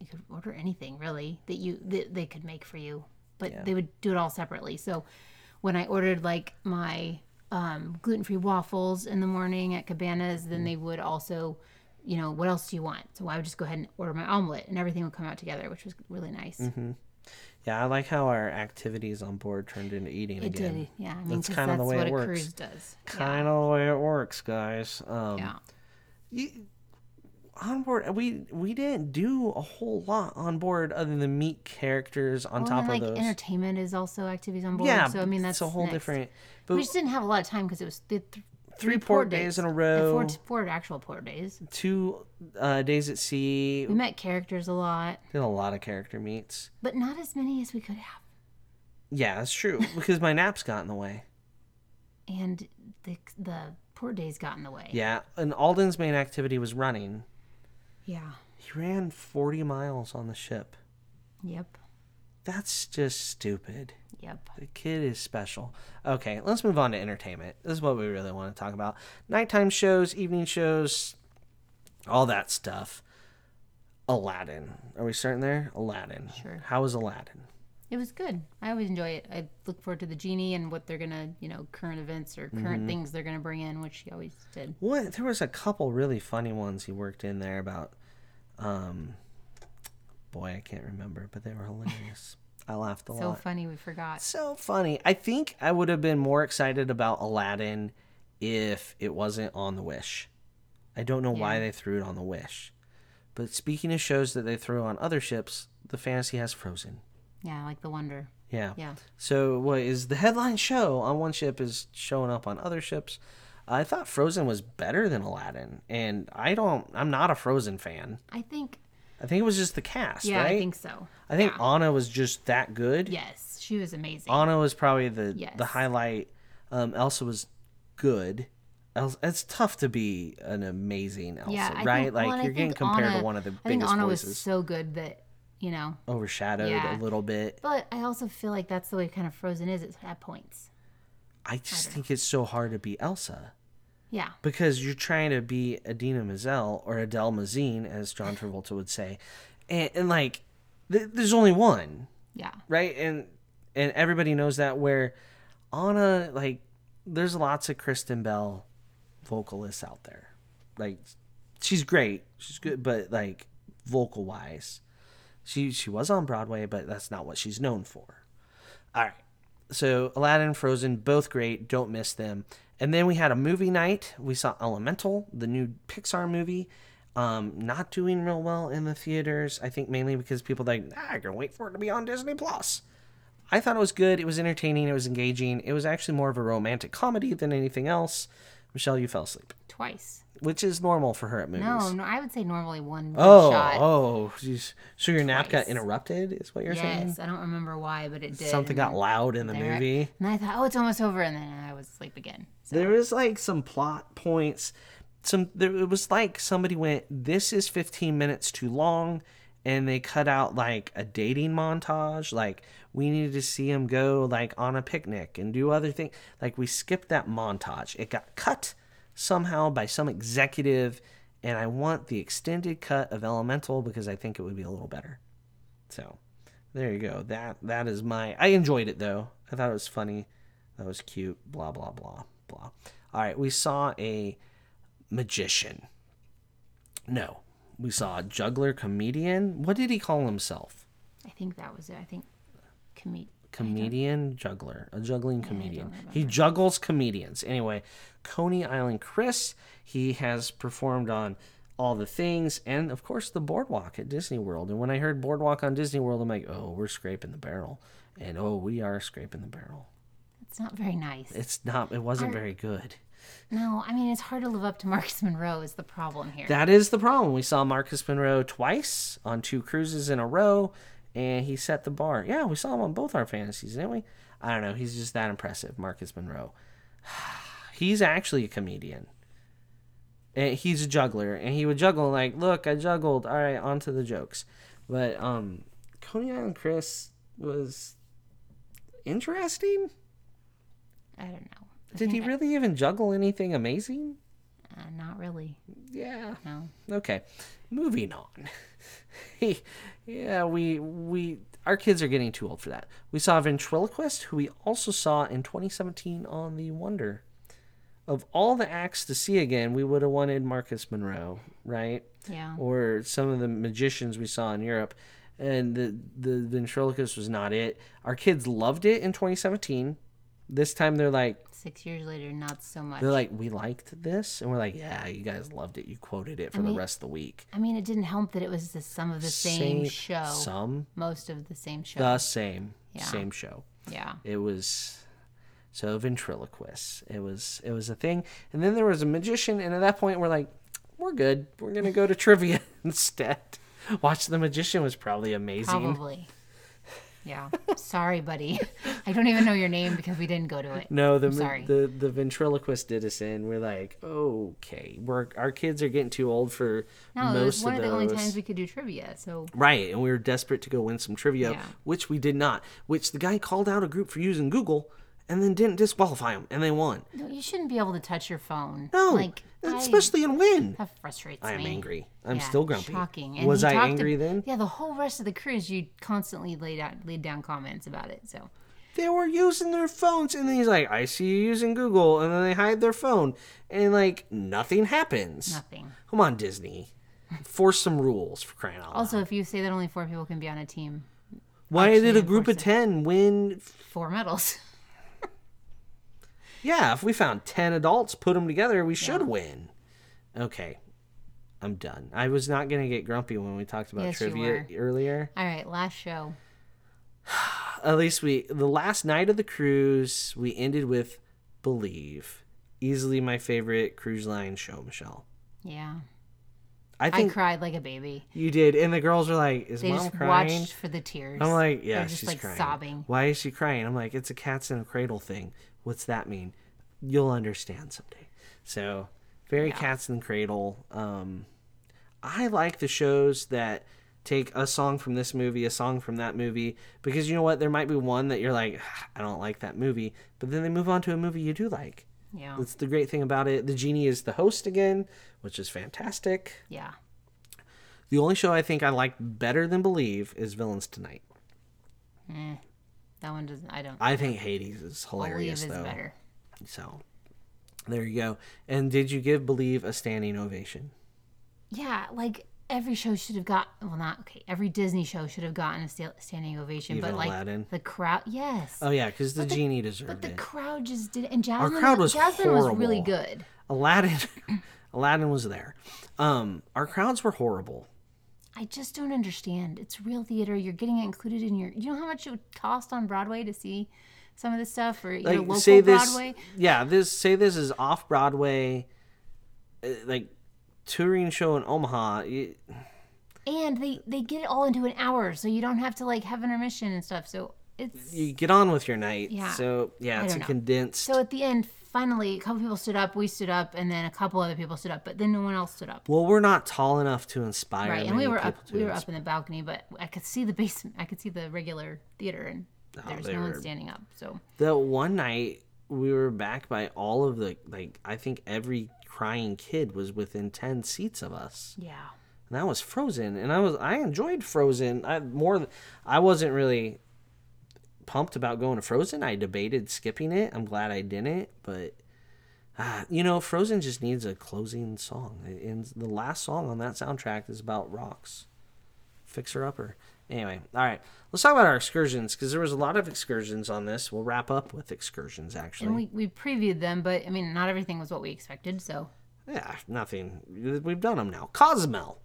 S3: you could order anything really that you that they could make for you. But they would do it all separately. So when I ordered like my um, gluten free waffles in the morning at Cabanas,
S2: Mm-hmm.
S3: then they would also, you know, what else do you want? So I would just go ahead and order my omelet, and everything would come out together, which was really nice.
S2: Mm-hmm. Yeah, I like how our activities on board turned into eating
S3: It
S2: again.
S3: did, yeah. I mean,
S2: That's
S3: 'cause
S2: kinda the way
S3: what
S2: it
S3: a
S2: works.
S3: cruise does.
S2: Kind of the way it works, guys. Um,
S3: Yeah.
S2: you, on board we we didn't do a whole lot on board other than meet characters on
S3: Well,
S2: top
S3: and like
S2: of those
S3: entertainment is also activities on board.
S2: yeah
S3: so I mean
S2: but
S3: that's
S2: it's a whole
S3: next.
S2: different but
S3: we just didn't have a lot of time because it was th- th-
S2: Three
S3: port
S2: port days in a
S3: and
S2: row.
S3: Four, four actual port days.
S2: two uh, days at sea
S3: We met characters a lot,
S2: did a lot of character meets
S3: but not as many as we could have.
S2: yeah that's
S3: [LAUGHS]
S2: true because my naps got in the way
S3: And the the port days got in the way.
S2: yeah and alden's main activity was running
S3: Yeah.
S2: he ran 40 miles on the ship
S3: Yep.
S2: that's just stupid
S3: Yep.
S2: The kid is special. Okay, let's move on to entertainment. This is what we really want to talk about nighttime shows, evening shows, all that stuff. Aladdin. Are we starting there? Aladdin.
S3: Sure.
S2: How was Aladdin?
S3: It was good. I always enjoy it. I look forward to the genie and what they're gonna, you know, current events or current
S2: Mm-hmm.
S3: things they're gonna bring in, which he always did.
S2: What there was a couple really funny ones he worked in there about. Um, boy, I can't remember, but they were hilarious. I laughed a
S3: So
S2: lot.
S3: funny, we forgot.
S2: so funny. I think I would have been more excited about Aladdin if it wasn't on the Wish. I don't know why
S3: Yeah.
S2: they threw it on the Wish. But speaking of shows that they threw on other ships, the fantasy has Frozen.
S3: Yeah, like the wonder.
S2: Yeah.
S3: Yeah.
S2: So what is the headline show on one ship is showing up on other ships. I thought Frozen was better than Aladdin, and I don't. I'm not a Frozen fan.
S3: I think.
S2: I think it was just the cast,
S3: Yeah,
S2: right?
S3: I think so.
S2: I think Anna was just that good.
S3: Yes, she was amazing.
S2: Anna was probably the
S3: Yes.
S2: the highlight. Um, Elsa was good. Elsa, it's tough to be an amazing Elsa,
S3: yeah, I
S2: right?
S3: think-
S2: like
S3: well, and I
S2: you're getting
S3: think
S2: compared
S3: Anna-
S2: to one of the
S3: I think
S2: biggest
S3: Anna
S2: voices,
S3: was so good that you know.
S2: overshadowed a
S3: Yeah.
S2: little bit.
S3: But I also feel like that's the way kind of Frozen is. It's at points.
S2: I just think it's so hard to be Elsa.
S3: Yeah.
S2: because you're trying to be Adina Mazel or Adele Mazine, as John Travolta would say, and, and like th- there's only one,
S3: Yeah.
S2: right? And and everybody knows that. Where Anna, like, there's lots of Kristen Bell vocalists out there. Like, she's great, she's good, but like vocal wise, she she was on Broadway, but that's not what she's known for. All right. So Aladdin and Frozen, both great. Don't miss them. And then we had a movie night. We saw Elemental, the new Pixar movie. Um, not doing real well in the theaters. I think mainly because people like, ah, I can wait for it to be on Disney Plus. I thought it was good. It was entertaining. It was engaging. It was actually more of a romantic comedy than anything else. Michelle, you fell asleep,
S3: Twice.
S2: which is normal for her at movies.
S3: No, no, I would say normally one good
S2: oh,
S3: shot.
S2: oh, geez. so your nap got
S3: Twice.
S2: interrupted? Is what you're saying?
S3: yes, I don't remember why, but it did.
S2: Something got loud in the
S3: there.
S2: movie.
S3: And I thought, oh, it's almost over, and then I was asleep again. So
S2: There was like some plot points. Some there, it was like somebody went, "This is 15 minutes too long," and they cut out like a dating montage. Like we needed to see him go like on a picnic and do other things. Like we skipped that montage. It got cut somehow by some executive, and I want the extended cut of Elemental because I think it would be a little better. So there you go. That that is my. I enjoyed it though. I thought it was funny. That was cute. Blah blah blah blah. All right, we saw a magician. No, we saw a juggler comedian. What did he call himself?
S3: I think that was it. I think commit.
S2: Comedian juggler, a juggling comedian. He juggles comedians. Anyway, Coney Island Chris. He has performed on all the things, and of course the boardwalk at Disney World. And when I heard boardwalk on Disney World, I'm like, oh, we're scraping the barrel, and oh, we are scraping the barrel.
S3: It's not very nice.
S2: It's not. It wasn't very good.
S3: No, I mean it's hard to live up to Marcus Monroe is the problem here.
S2: That is the problem. We saw Marcus Monroe twice on two cruises in a row, and he set the bar. Yeah, we saw him on both our fantasies, didn't we? I don't know. He's just that impressive, Marcus Monroe. [SIGHS] he's actually a comedian. And he's a juggler, and he would juggle like, "Look, I juggled. All right, on to the jokes." But um, Coney Island Chris was interesting.
S3: I don't know. I
S2: Did he
S3: think
S2: really even juggle anything amazing?
S3: I- uh, not really.
S2: Yeah.
S3: No.
S2: Okay, moving on. [LAUGHS] Hey, yeah, we we our kids are getting too old for that. We saw a ventriloquist who we also saw in 2017 on The Wonder. Of all the acts to see again, we would have wanted Marcus Monroe, right?
S3: Yeah.
S2: Or some of the magicians we saw in Europe. And the the ventriloquist was not it. Our kids loved it in 2017. This time they're like,
S3: Six years later, not so much.
S2: they're like, we liked this, and we're like, yeah, you guys loved it. You quoted it for the rest of the week.
S3: I mean, it didn't help that it was the, some of the same, show,
S2: Some
S3: most of the same show.
S2: the same
S3: Yeah.
S2: same show.
S3: yeah.
S2: It was so ventriloquist. It was it was a thing, and then there was a magician, and at that point we're like, we're good. We're gonna go to [LAUGHS] trivia instead. Watch the magician was probably amazing.
S3: Probably. Yeah. [LAUGHS] Sorry, buddy. I don't even know your name because we didn't go to it.
S2: No, the,
S3: I'm sorry.
S2: the the ventriloquist did us in. We're like, okay, we're our kids are getting too old for
S3: no, it
S2: most
S3: was one of,
S2: of
S3: the
S2: those.
S3: only times we could do trivia. So
S2: Right, and we were desperate to go win some trivia,
S3: Yeah.
S2: which we did not. Which the guy called out a group for using Google, and then didn't disqualify them, and they won.
S3: No, you shouldn't be able to touch your phone.
S2: No,
S3: like I-
S2: especially in win.
S3: that frustrates
S2: I am
S3: me.
S2: angry. I'm
S3: Yeah,
S2: still grumpy.
S3: Shocking. And
S2: Was
S3: he
S2: I
S3: talked
S2: angry
S3: ab-
S2: then?
S3: Yeah, the whole rest of the cruise, you constantly laid out laid down comments about it. So
S2: They were using their phones, and then he's like, "I see you using Google," and then they hide their phone, and like nothing happens.
S3: nothing.
S2: Come on, Disney, force some rules for crying out loud.
S3: Also, if you say that only four people can be on a team,
S2: Why did a
S3: actually
S2: group of ten win?
S3: four medals. [LAUGHS]
S2: Yeah, if we found ten adults, put them together, we should win. Okay, I'm done. I was not gonna get grumpy when we talked about
S3: Yes, you
S2: trivia earlier.
S3: All right, last show.
S2: at least we the last night of the cruise we ended with believe easily my favorite cruise line show michelle
S3: Yeah,
S2: i
S3: I,
S2: think
S3: cried like a baby.
S2: you did and the girls were like is
S3: They
S2: mom
S3: just
S2: crying
S3: watched for the tears.
S2: i'm like yeah
S3: They're just
S2: she's
S3: like
S2: crying
S3: sobbing.
S2: why is she crying i'm like it's a cats in a cradle thing what's that mean you'll understand someday so very cats in the cradle um i like the shows that take a song from this movie a song from that movie because you know what there might be one that you're like "Ah, i don't like that movie but then they move on to a movie you do like
S3: Yeah,
S2: that's the great thing about it the genie is the host again which is fantastic
S3: yeah.
S2: the only show i think i like better than believe is villains tonight
S3: That one doesn't. I don't.
S2: i think hades is
S3: Believe
S2: hilarious
S3: is
S2: though
S3: better.
S2: So there you go. And did you give Believe a standing ovation?
S3: Yeah, like every show should have got. Well, not okay. Every Disney show should have gotten a sta- standing ovation.
S2: Even
S3: but like
S2: Aladdin?
S3: the crowd, yes.
S2: Oh yeah, because the genie deserved
S3: The
S2: it.
S3: crowd just did, and Jasmine.
S2: crowd was
S3: Jasmine was
S2: horrible.
S3: really good.
S2: Aladdin, [LAUGHS] Aladdin was there. Um, our crowds were horrible.
S3: I just don't understand. It's real theater. You're getting it included in your. You know how much it would cost on Broadway to see some of this stuff, or your
S2: Like
S3: local
S2: say this,
S3: Broadway.
S2: yeah, this say this is off Broadway, uh, like touring show in Omaha. y-
S3: And they they get it all into an hour, so you don't have to like have intermission and stuff. So it's
S2: You get on with your night.
S3: Yeah.
S2: So yeah, it's a
S3: don't know.
S2: condensed.
S3: so at the end. Finally, a couple people stood up. We stood up, and then a couple other people stood up, but then no one else stood up.
S2: well, we're not tall enough to inspire.
S3: Right, and we
S2: many
S3: were up.
S2: people to
S3: We were
S2: ins-
S3: up in the balcony, but I could see the basement. I could see the regular theater, and there's
S2: Oh, they
S3: no one
S2: were-
S3: standing up. So
S2: The one night we were back by all of the like I think every crying kid was within 10 seats of us.
S3: yeah,
S2: And that was Frozen and I was I enjoyed Frozen. I more th- I wasn't really pumped about going to Frozen. I debated skipping it. I'm glad I didn't, but ah, you know, Frozen just needs a closing song. It ends, the last song on that soundtrack is about rocks. Fixer upper. Anyway, all right. Let's talk about our excursions because there was a lot of excursions on this. We'll wrap up with excursions actually.
S3: and we we previewed them, but I mean, not everything was what we expected. So
S2: Yeah, nothing. We've done them now. Cozumel.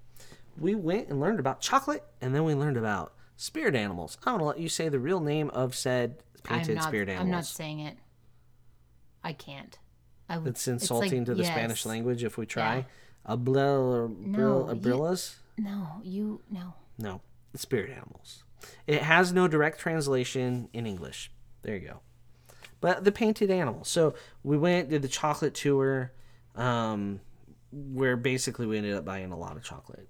S2: We went and learned about chocolate, and then we learned about spirit animals. I'm gonna let you say the real name of said
S3: I'm
S2: painted
S3: not.
S2: spirit
S3: I'm not
S2: animals.
S3: saying it. I can't. I would,
S2: It's insulting
S3: like,
S2: to the
S3: yes.
S2: Spanish language if we try. Abril
S3: No,
S2: Abril
S3: you-
S2: abrillas.
S3: No, you no.
S2: No, spirit animals. It has no direct translation in English. There you go. But the painted animal. So we went did the chocolate tour, um, where basically we ended up buying a lot of chocolate.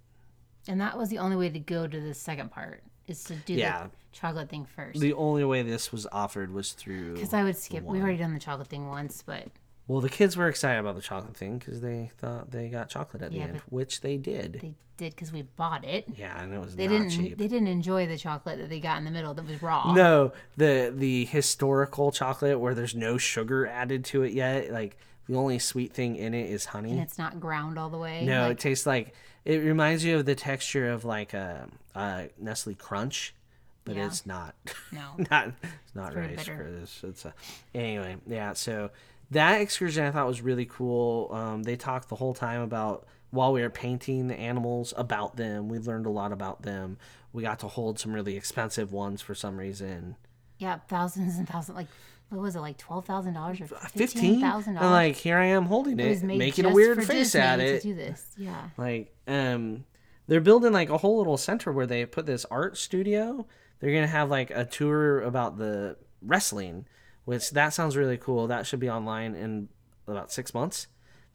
S3: And that was the only way to go to the second part is to do
S2: Yeah.
S3: the chocolate thing first.
S2: The only way this was offered was through.
S3: Because I would skip. We've already done the chocolate thing once, but
S2: Well, the kids were excited about the chocolate thing because they thought they got chocolate at
S3: Yeah,
S2: the end,
S3: but-
S2: which they did.
S3: they did because we bought it.
S2: yeah, and it was
S3: They
S2: not
S3: didn't.
S2: cheap.
S3: They didn't enjoy the chocolate that they got in the middle. That was raw.
S2: No, the the historical chocolate where there's no sugar added to it yet. Like the only sweet thing in it is
S3: And
S2: honey.
S3: it's not ground all the way.
S2: No,
S3: Like,
S2: it tastes like it reminds you of the texture of like a, a Nestle Crunch, but
S3: Yeah.
S2: it's not. [LAUGHS]
S3: no.
S2: not it's not
S3: very
S2: rice
S3: bitter.
S2: for this. It's a, anyway, yeah. So that excursion I thought was really cool. Um, they talked the whole time about while we were painting the animals about them. We learned a lot about them. We got to hold some really expensive ones for some reason.
S3: Yeah, thousands and thousands. Like, what was it? Like twelve thousand dollars or fifteen
S2: Fifteen.
S3: thousand
S2: And
S3: dollars?
S2: like here I am holding
S3: It
S2: it,
S3: was made
S2: making a
S3: just
S2: weird
S3: for
S2: face
S3: Disney
S2: at
S3: to
S2: it.
S3: do this. Yeah.
S2: Like, um, they're building like a whole little center where they put this art studio. They're gonna have like a tour about the wrestling, which that sounds really cool. That should be online in about six months.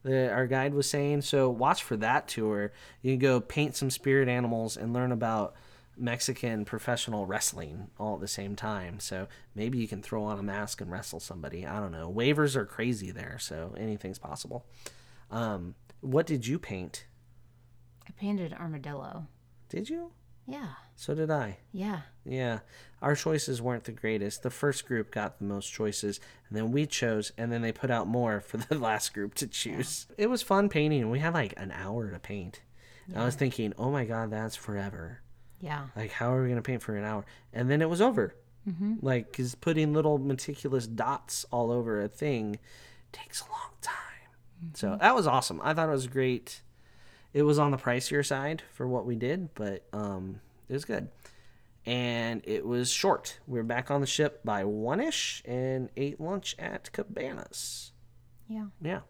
S2: The, our guide was saying so. Watch for that tour. You can go paint some spirit animals and learn about Mexican professional wrestling all at the same time. So maybe you can throw on a mask and wrestle somebody. I don't know. Waivers are crazy there, so anything's possible. Um, what did you paint?
S3: I painted armadillo.
S2: Did you?
S3: Yeah,
S2: So did I.
S3: yeah.
S2: Yeah, our choices weren't the greatest. The first group got the most choices, and then we chose, and then they put out more for the [LAUGHS] last group to choose. It was fun painting. We had like an hour to paint. And I was thinking, oh my god, that's forever.
S3: Yeah.
S2: Like, how are we gonna paint for an hour? And then it was over. Mm-hmm. Like, cause putting little meticulous dots all over a thing takes a long time. So that was awesome. I thought it was great. It was on the pricier side for what we did, but um, it was good. And it was short. We were back on the ship by one ish and ate lunch at Cabanas.
S3: Yeah.
S2: Yeah.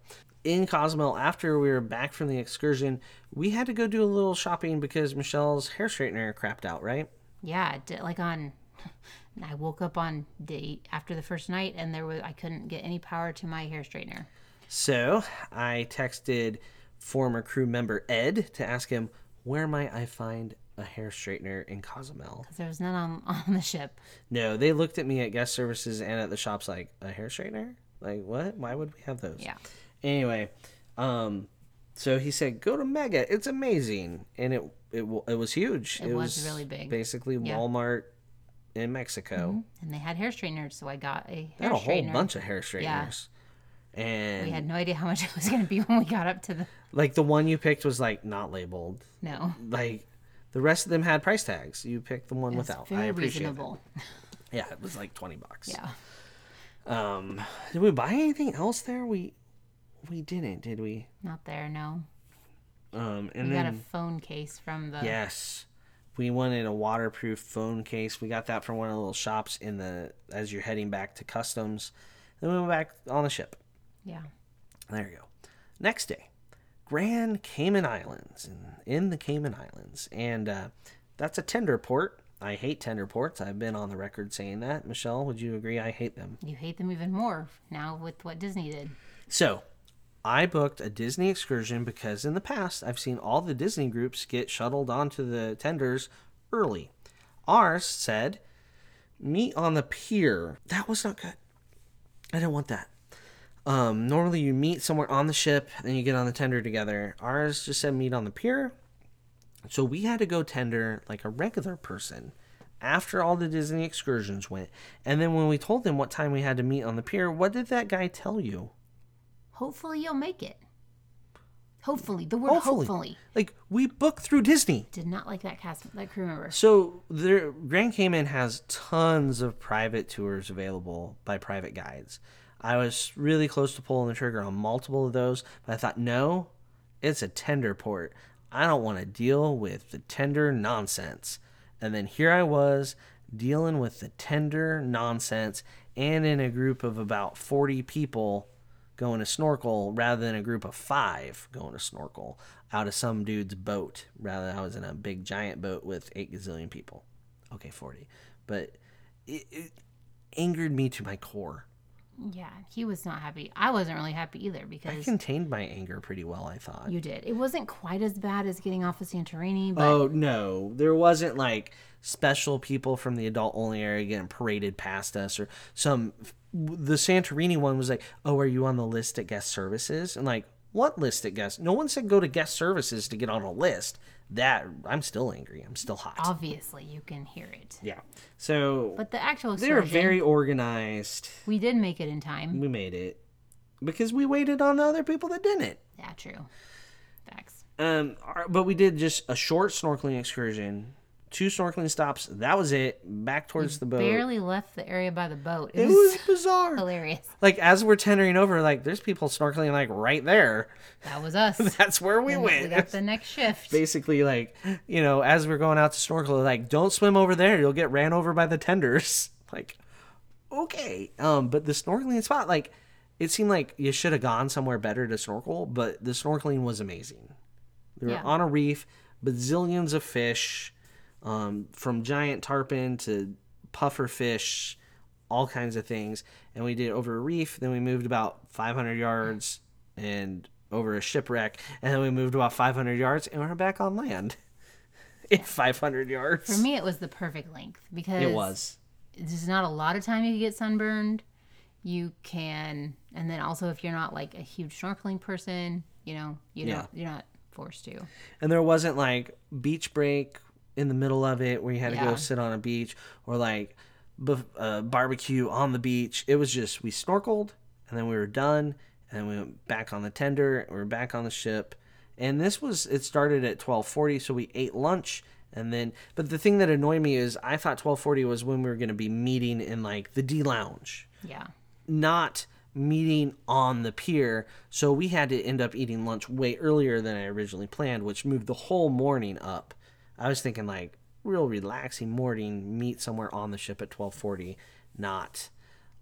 S2: In Cozumel, after we were back from the excursion, we had to go do a little shopping because Michelle's hair straightener crapped out, right?
S3: Yeah, it did- like on [LAUGHS] I woke up on day after the first night and there was I couldn't get any power to my hair straightener.
S2: So I texted former crew member Ed to ask him, Where might I find a hair straightener in Cozumel?
S3: There was none on, [LAUGHS] on the ship.
S2: No, they looked at me at guest services and at the shops like, A hair straightener? Like, what? Why would we have those?
S3: Yeah.
S2: Anyway, um, so he said, "Go to Mega. It's amazing." And it it, wa- it was huge. It,
S3: was really big.
S2: Basically, Walmart in Mexico.
S3: And they had hair straighteners, so I got a hair
S2: They had a whole
S3: straightener.
S2: bunch of hair straighteners. And
S3: We had no idea how much it was going to be [LAUGHS] when we got up to the
S2: like the one you picked was like not labeled.
S3: no.
S2: Like the rest of them had price tags. You picked the one without.
S3: Very
S2: I appreciate
S3: reasonable.
S2: it. Yeah, it was like twenty bucks.
S3: Yeah.
S2: Um, did we buy anything else there? We we didn't, did we?
S3: Not there, no.
S2: Um, and
S3: We
S2: then
S3: got a phone case from the
S2: Yes. We wanted a waterproof phone case. We got that from one of the little shops in the as you're heading back to customs. Then we went back on the ship.
S3: Yeah.
S2: There you go. Next day, Grand Cayman Islands, in, in the Cayman Islands, and uh, that's a tender port. I hate tender ports. I've been on the record saying that. Michelle, would you agree? I hate them.
S3: You hate them even more now with what Disney did.
S2: So, I booked a Disney excursion because in the past I've seen all the Disney groups get shuttled onto the tenders early. Ours said, meet on the pier. That was not good. I didn't want that. Um, normally you meet somewhere on the ship, then you get on the tender together. Ours just said meet on the pier. So we had to go tender like a regular person after all the Disney excursions went. And then when we told them what time we had to meet on the pier, what did that guy tell you?
S3: Hopefully you'll make it. Hopefully. The word hopefully,
S2: Like we book through Disney.
S3: did not like that cast that crew member.
S2: So there Grand Cayman has tons of private tours available by private guides. I was really close to pulling the trigger on multiple of those, but I thought, no, it's a tender port. I don't want to deal with the tender nonsense. And then here I was dealing with the tender nonsense and in a group of about 40 people going to snorkel rather than a group of five going to snorkel out of some dude's boat. Rather, I was in a big giant boat with eight gazillion people. Okay, 40. But it, it angered me to my core.
S3: Yeah, he was not happy. I wasn't really happy either
S2: I
S3: because
S2: contained my anger pretty well, I thought.
S3: you did. It wasn't quite as bad as getting off of Santorini, but
S2: Oh no, there wasn't like special people from the adult only area getting paraded past us or some. The Santorini one was like, "Oh, are you on the list at guest services?" And like, what list at guest? No one said go to guest services to get on a list. That I'm still angry. I'm still hot.
S3: obviously you can hear it.
S2: yeah. So
S3: But the actual
S2: they were
S3: excursion,
S2: very Mm. organized.
S3: we did make it in time.
S2: We made it because we waited on the other people that didn't.
S3: Yeah, true. Facts.
S2: Um, our- but we did just a short snorkeling excursion, two snorkeling stops. That was it. Back towards the boat.
S3: Barely left the area by the boat. It,
S2: It
S3: was,
S2: was bizarre.
S3: [LAUGHS] hilarious.
S2: Like as we're tendering over, like there's people snorkeling like right there. [LAUGHS]
S3: That was us.
S2: That's where we
S3: And
S2: went.
S3: we got the next shift.
S2: [LAUGHS] Basically, like you know, as we're going out to snorkel, they're like don't swim over there. You'll get ran over by the tenders. [LAUGHS] Like okay, um, but the snorkeling spot, like it seemed like you should have gone somewhere better to snorkel, but the snorkeling was amazing. They were
S3: Yeah.
S2: on a reef, bazillions of fish, um, from giant tarpon to puffer fish, all kinds of things. And we did it over a reef. Then we moved about 500 yards and over a shipwreck. And then we moved about 500 yards and we're back on land. [LAUGHS] in 500 yards.
S3: For me, it was the perfect length because
S2: it was.
S3: There's not a lot of time you can get sunburned. You can, and then also if you're not like a huge snorkeling person, you know, you
S2: Yeah.
S3: don't, you're not forced to.
S2: And there wasn't like beach break in the middle of it where you had to
S3: Yeah.
S2: go sit on a beach or like bef- uh, barbecue on the beach. It was just we snorkeled and then we were done and then we went back on the tender. and we were back on the ship, and this was it started at twelve forty, so we ate lunch. And then, but the thing that annoyed me is I thought twelve forty was when we were going to be meeting in like the D lounge
S3: Yeah.
S2: not meeting on the pier. So we had to end up eating lunch way earlier than I originally planned, which moved the whole morning up. I was thinking like real relaxing morning, meet somewhere on the ship at 12:40, not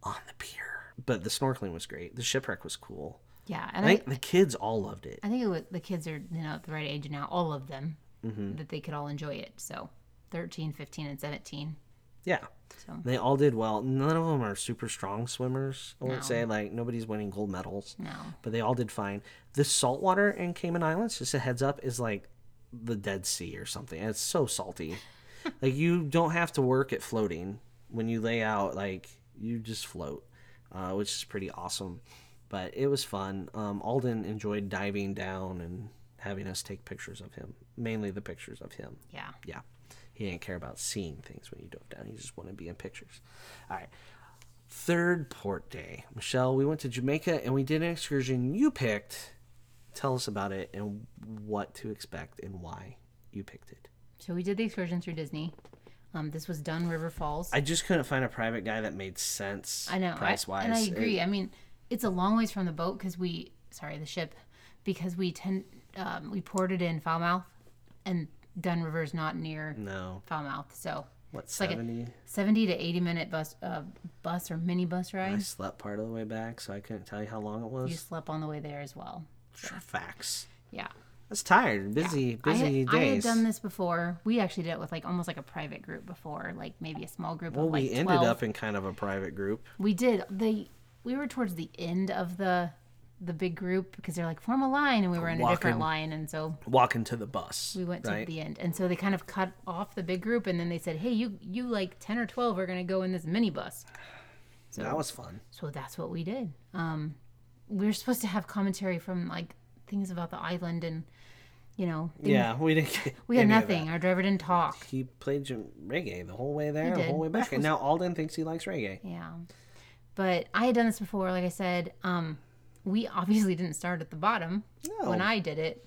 S2: on the pier. But the snorkeling was great. The shipwreck was cool.
S3: Yeah.
S2: I
S3: And I,
S2: think the kids all loved it.
S3: I think it was, the kids are you know at the right age now, all of them,
S2: Mm-hmm.
S3: that they could all enjoy it. So 13, 15, and 17.
S2: Yeah.
S3: So-
S2: They all did well. None of them are super strong swimmers. I won't
S3: No.
S2: say like nobody's winning gold medals.
S3: No.
S2: but they all did fine. The saltwater in Cayman Islands, just a heads up, is like the Dead Sea or something. And it's so
S3: [LAUGHS]
S2: salty. like you don't have to work at floating when you lay out. Like you just float, uh, which is pretty awesome. But it was fun. Um, Alden enjoyed diving down and having us take pictures of him, mainly the pictures of him.
S3: Yeah.
S2: Yeah. He didn't care about seeing things when you dove down. He just wanted to be in pictures. All right. Third port day. Michelle, we went to Jamaica and we did an excursion you picked. Tell us about it and what to expect and why you picked it.
S3: So we did the excursion through Disney. Um, this was Dun River Falls.
S2: I just couldn't find a private guy that made sense
S3: I know. I-
S2: price wise.
S3: and I agree. I mean, it's a long ways from the boat because we, sorry, the ship, because we tend, um, we ported in Falmouth, and Dun River is not near
S2: no.
S3: Falmouth, so
S2: What,
S3: like a-
S2: 70?
S3: seventy to eighty minute bus, uh, bus or mini bus
S2: I
S3: ride.
S2: slept part of the way back, so I couldn't tell you how long it
S3: You
S2: was.
S3: slept on the way there as well.
S2: Facts.
S3: Yeah.
S2: That's tired. Busy,
S3: I had,
S2: busy
S3: I had
S2: days.
S3: done this before. We actually did it with like almost like a private group before, like maybe a small group
S2: well,
S3: of like
S2: we ended
S3: 12.
S2: up in kind of a private group.
S3: We did. They we were towards the end of the the big group because they're like form a line and we were in a
S2: Walking.
S3: different line and so
S2: walking to the bus.
S3: we went
S2: right?
S3: to the end. And so they kind of cut off the big group and then they said, "Hey, you you like 10 or 12 are going to go in this minibus."
S2: That was fun.
S3: So that's what we did. Um we were supposed to have commentary from like things about the island and you know, things-
S2: Yeah, we didn't. Get
S3: we had
S2: any of
S3: nothing. Our driver didn't talk.
S2: that. He played jam- reggae the whole way there, and the
S3: did,
S2: whole way back, and now Alden thinks he likes reggae.
S3: Yeah. But I had done this before, like I said, um we obviously didn't start at the bottom when
S2: No.
S3: I did it.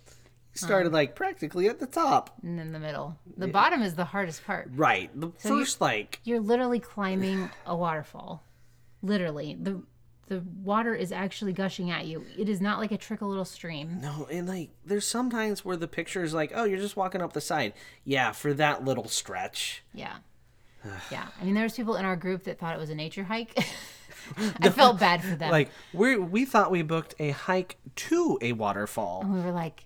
S2: He started like practically at the top.
S3: and then the middle. The bottom is the hardest part.
S2: Right, the
S3: you-
S2: first like
S3: You're literally climbing a waterfall. Literally. The the water is actually gushing at you. It is not like a trickle little stream.
S2: no, and like there's sometimes where the picture is like, oh, you're just walking up the side. Yeah, for that little stretch.
S3: Yeah. Yeah. I mean there was people in our group that thought it was a nature hike. [LAUGHS] I felt bad for them.
S2: Like we we thought we booked a hike to a waterfall.
S3: we were like,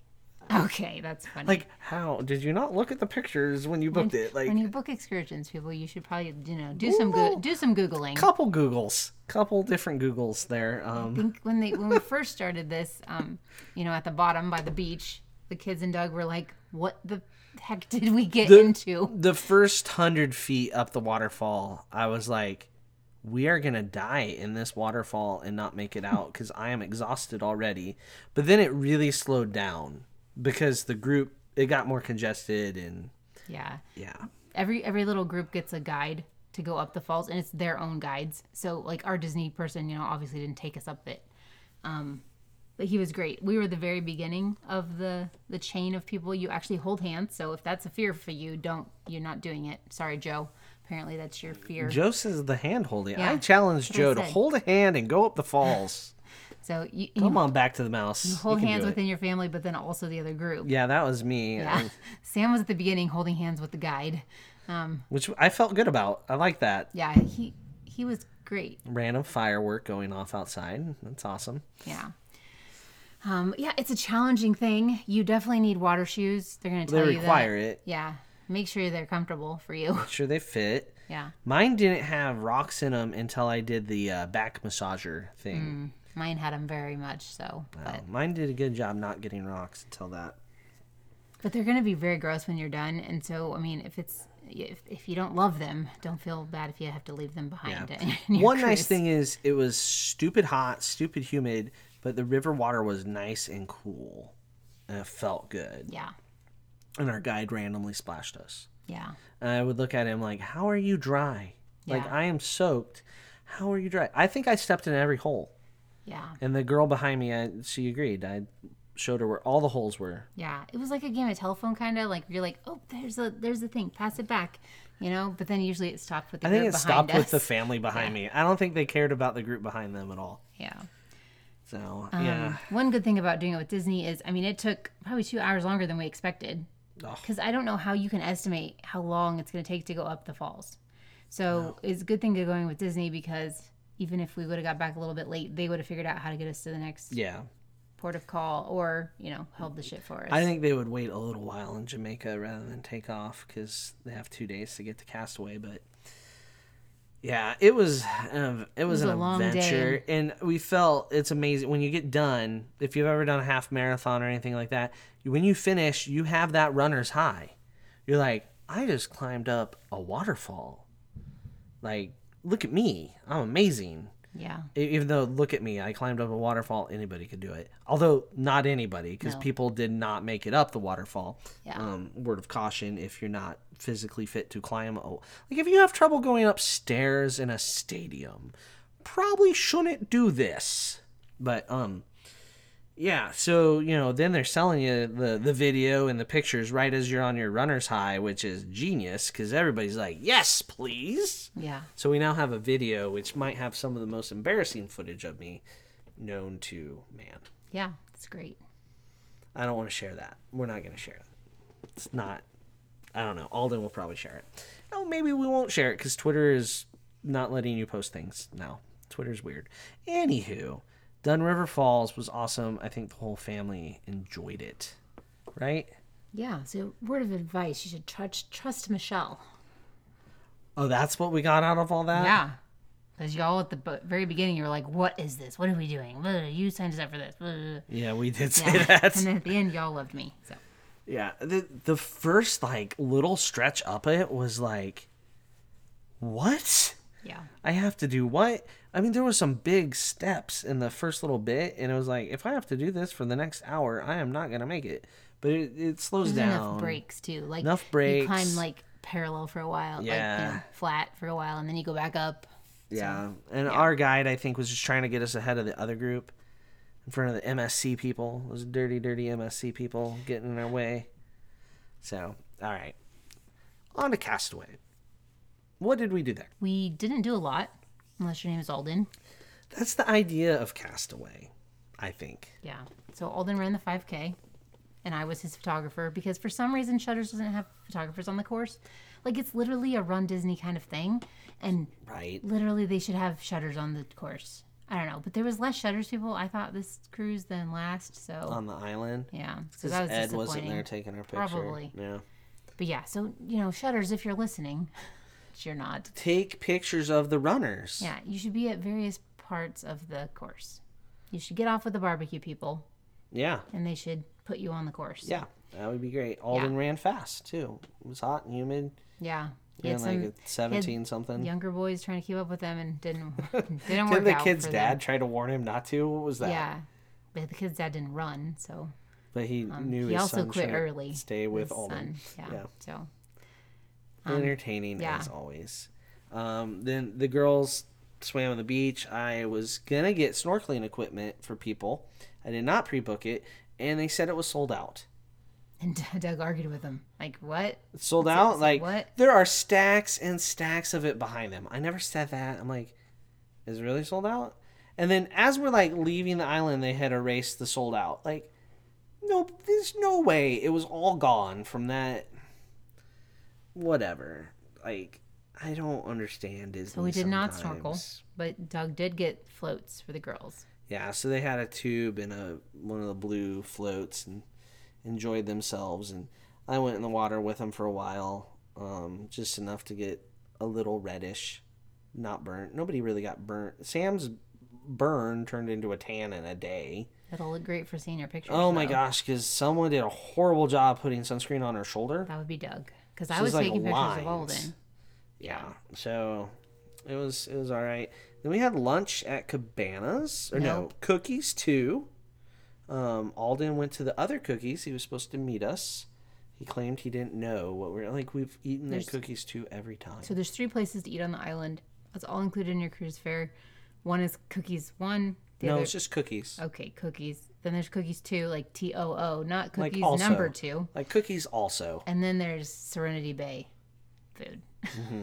S3: okay, that's funny.
S2: Like how did you not look at the pictures when you booked it? Like
S3: when you book excursions, people, you should probably you know do some go- do some googling.
S2: couple Googles, couple different Googles there. Um,
S3: think when they when we first started this, um, you know, at the bottom by the beach, the kids and Doug were like, "What the heck did we get into?"
S2: the first hundred feet up the waterfall, I was like, we are gonna die in this waterfall and not make it out because I am exhausted already. But then it really slowed down because the group it got more congested and
S3: Yeah,
S2: yeah.
S3: every every little group gets a guide to go up the falls, and it's their own guides. So like our Disney person, you know, obviously didn't take us up it, um, but he was great. We were the very beginning of the the chain of people. You actually hold hands, so if that's a fear for you, don't you're not doing it. Sorry, Joe. Apparently that's your fear.
S2: Joe says the hand holding. I
S3: Yeah,
S2: challenge
S3: I
S2: Joe to
S3: said.
S2: hold a hand and go up the falls.
S3: So you, you
S2: Come on back to the mouse. You
S3: hold
S2: can do
S3: hands
S2: it.
S3: within your family, but then also the other group.
S2: Yeah, that was me.
S3: Yeah. [LAUGHS] Sam was at the beginning holding hands with the guide.
S2: Which I felt good about. I like that.
S3: Yeah, he he was great.
S2: Random firework going off outside. That's awesome.
S3: Yeah. Um, yeah, it's a challenging thing. You definitely need water shoes. They're gonna
S2: They
S3: tell you
S2: require
S3: that.
S2: it.
S3: Yeah. Make sure they're comfortable for you. [LAUGHS]
S2: Sure they fit.
S3: Yeah.
S2: Mine didn't have rocks in them until I did the uh, back massager thing. Um,
S3: Mine had them very much so. Mm, But [LAUGHS]
S2: Mine did a good job not getting rocks until that.
S3: But they're going to be very gross when you're done. And so, I mean, if it's if, if you don't love them, don't feel bad if you have to leave them behind. [LAUGHS] in your
S2: One nice
S3: cruise.
S2: thing is it was stupid hot, stupid humid, but the river water was nice and cool. And it felt good.
S3: Yeah.
S2: And our guide randomly splashed us.
S3: Yeah.
S2: And I would look at him like, How are you dry? Like,
S3: Yeah.
S2: I am soaked. How are you dry? I think I stepped in every hole.
S3: Yeah.
S2: And the girl behind me, I, she agreed. I showed her where all the holes were.
S3: Yeah. It was like a game of telephone kind of like you're like, "Oh, there's a there's a thing. Pass it back." You know, but then usually it stopped with the
S2: I think
S3: group
S2: it
S3: behind
S2: stopped with the
S3: us.
S2: family behind me. I don't think they cared about the group behind them at all.
S3: yeah.
S2: So, yeah.
S3: One good thing about doing it with Disney is, I mean, it took probably two hours longer than we expected. Because I don't know how you can estimate how long it's going to take to go up the falls. So it's a good thing to going with Disney because even if we would have got back a little bit late, they would have figured out how to get us to the next
S2: Yeah.
S3: port of call or, you know, held the ship for us.
S2: I think they would wait a little while in Jamaica rather than take off because they have two days to get to Castaway. But yeah, it was um, it was,
S3: was
S2: an
S3: a long day.
S2: adventure, and we felt it's amazing when you get done. If you've ever done a half marathon or anything like that, when you finish, you have that runner's high. You're like, I just climbed up a waterfall. Like, look at me, I'm amazing.
S3: yeah.
S2: E- Even though, look at me, I climbed up a waterfall. Anybody could do it. Although, not anybody, because people did not make it up the waterfall.
S3: Yeah.
S2: Um, word of caution if you're not physically fit to climb. A, like, if you have trouble going upstairs in a stadium, probably shouldn't do this. But, um, yeah, so, you know, then they're selling you the, the video and the pictures right as you're on your runner's high, which is genius, because everybody's like, yes, please.
S3: Yeah.
S2: So we now have a video which might have some of the most embarrassing footage of me known to man.
S3: Yeah. It's great.
S2: I don't want to share that. We're not going to share it. It's not. I don't know. Alden will probably share it. No, maybe we won't share it because Twitter is not letting you post things now. Twitter's weird. Anywho, Dun River Falls was awesome. I think the whole family enjoyed it. Right?
S3: Yeah. So, word of advice you should trust, trust Michelle.
S2: Oh, that's what we got out of all that?
S3: Yeah. Because y'all at the bu- very beginning, you were like, what is this? What are we doing? Blah, You signed us up for this. Blah, blah, blah."
S2: Yeah, we did say [LAUGHS]
S3: Yeah.
S2: that.
S3: and then at the end, y'all loved me. So
S2: Yeah, the the first like little stretch up it was like, what?
S3: yeah,
S2: I have to do what? I mean, there was some big steps in the first little bit, and it was like, if I have to do this for the next hour, I am not gonna make it. But it, it slows
S3: there's
S2: down.
S3: enough breaks too. Like
S2: Enough
S3: You
S2: breaks.
S3: climb like parallel for a while, like you
S2: Yeah.
S3: know, flat for a while, and then you go back up.
S2: Yeah, and our guide I think was just trying to get us ahead of the other group, in front of the MSC people. Those dirty, dirty MSC people getting in our way. So, all right, on to Castaway. What did we do there?
S3: We didn't do a lot, unless your name is Alden.
S2: That's the idea of Castaway, I think.
S3: Yeah. So Alden ran the 5K, and I was his photographer because for some reason Shutters doesn't have photographers on the course. Like it's literally a Run Disney kind of thing, and
S2: Right.
S3: literally they should have Shutters on the course. I don't know, but there was less Shutters people I thought this cruise than last. So
S2: On the island.
S3: yeah, so
S2: Because
S3: that was
S2: Um, Ed wasn't
S3: disappointing.
S2: there taking our picture.
S3: Probably.
S2: Yeah.
S3: But yeah, so you know, shutters if you're listening, which you're not.
S2: Take pictures of the runners.
S3: Yeah, you should be at various parts of the course. You should get off with the barbecue people,
S2: Yeah.
S3: and they should put you on the course.
S2: Yeah. That would be great. Alden ran fast too. It was hot and humid.
S3: yeah. He
S2: Yeah,
S3: had
S2: like
S3: some
S2: at seventeen something.
S3: younger boys trying to keep up with them
S2: [LAUGHS]
S3: and didn't didn't work
S2: Mm. Didn't the
S3: out
S2: kid's
S3: for
S2: dad
S3: them.
S2: try to warn him not to? What was that?
S3: Yeah, but the kid's dad didn't run, so
S2: But he knew
S3: Um, he
S2: his
S3: also
S2: son
S3: quit
S2: shouldn't
S3: early.
S2: Stay with
S3: his
S2: Alden.
S3: son. Yeah.
S2: Yeah.
S3: So
S2: entertaining
S3: yeah.
S2: as always. Um, then the girls swam on the beach. I was gonna get snorkeling equipment for people. I did not pre-book it, and they said it was sold out.
S3: and [LAUGHS] Doug argued with him like, "What?
S2: It's sold out.
S3: so
S2: like
S3: what?
S2: there are stacks and stacks of it behind them. I never said that. I'm like, is it really sold out? And then as we're like leaving the island, they had erased the sold out. Like, no, there's no way it was all gone from that. Whatever. Like, I don't understand Disney.
S3: So we did not snorkel,
S2: sometimes.
S3: but Doug did get floats for the girls.
S2: Yeah, so they had a tube and a one of the blue floats and enjoyed themselves. And I went in the water with them for a while, um, just enough to get a little reddish, not burnt. Nobody really got burnt. Sam's burn turned into a tan in a day.
S3: It'll look great for senior pictures.
S2: Oh my
S3: though.
S2: gosh, because someone did a horrible job putting sunscreen on her shoulder.
S3: That would be Doug. Because I
S2: This is
S3: was
S2: like
S3: taking pictures of
S2: lines.
S3: Alden.
S2: Yeah. So it was it was all right. Then we had lunch at Cabanas. Or no,
S3: Nope.
S2: Cookies too. Um, Alden went to the other Cookies. He was supposed to meet us. He claimed he didn't know what we're like. We've eaten at Cookies too every time.
S3: So there's three places to eat on the island. That's all included in your cruise fare. One is cookies one. The
S2: no,
S3: other, Oh.
S2: it's just cookies.
S3: okay, cookies. Then there's cookies two, like T O O, not
S2: Like
S3: cookies
S2: also.
S3: number two.
S2: Like cookies also.
S3: And then there's Serenity Bay food.
S2: Mm-hmm.
S3: [LAUGHS]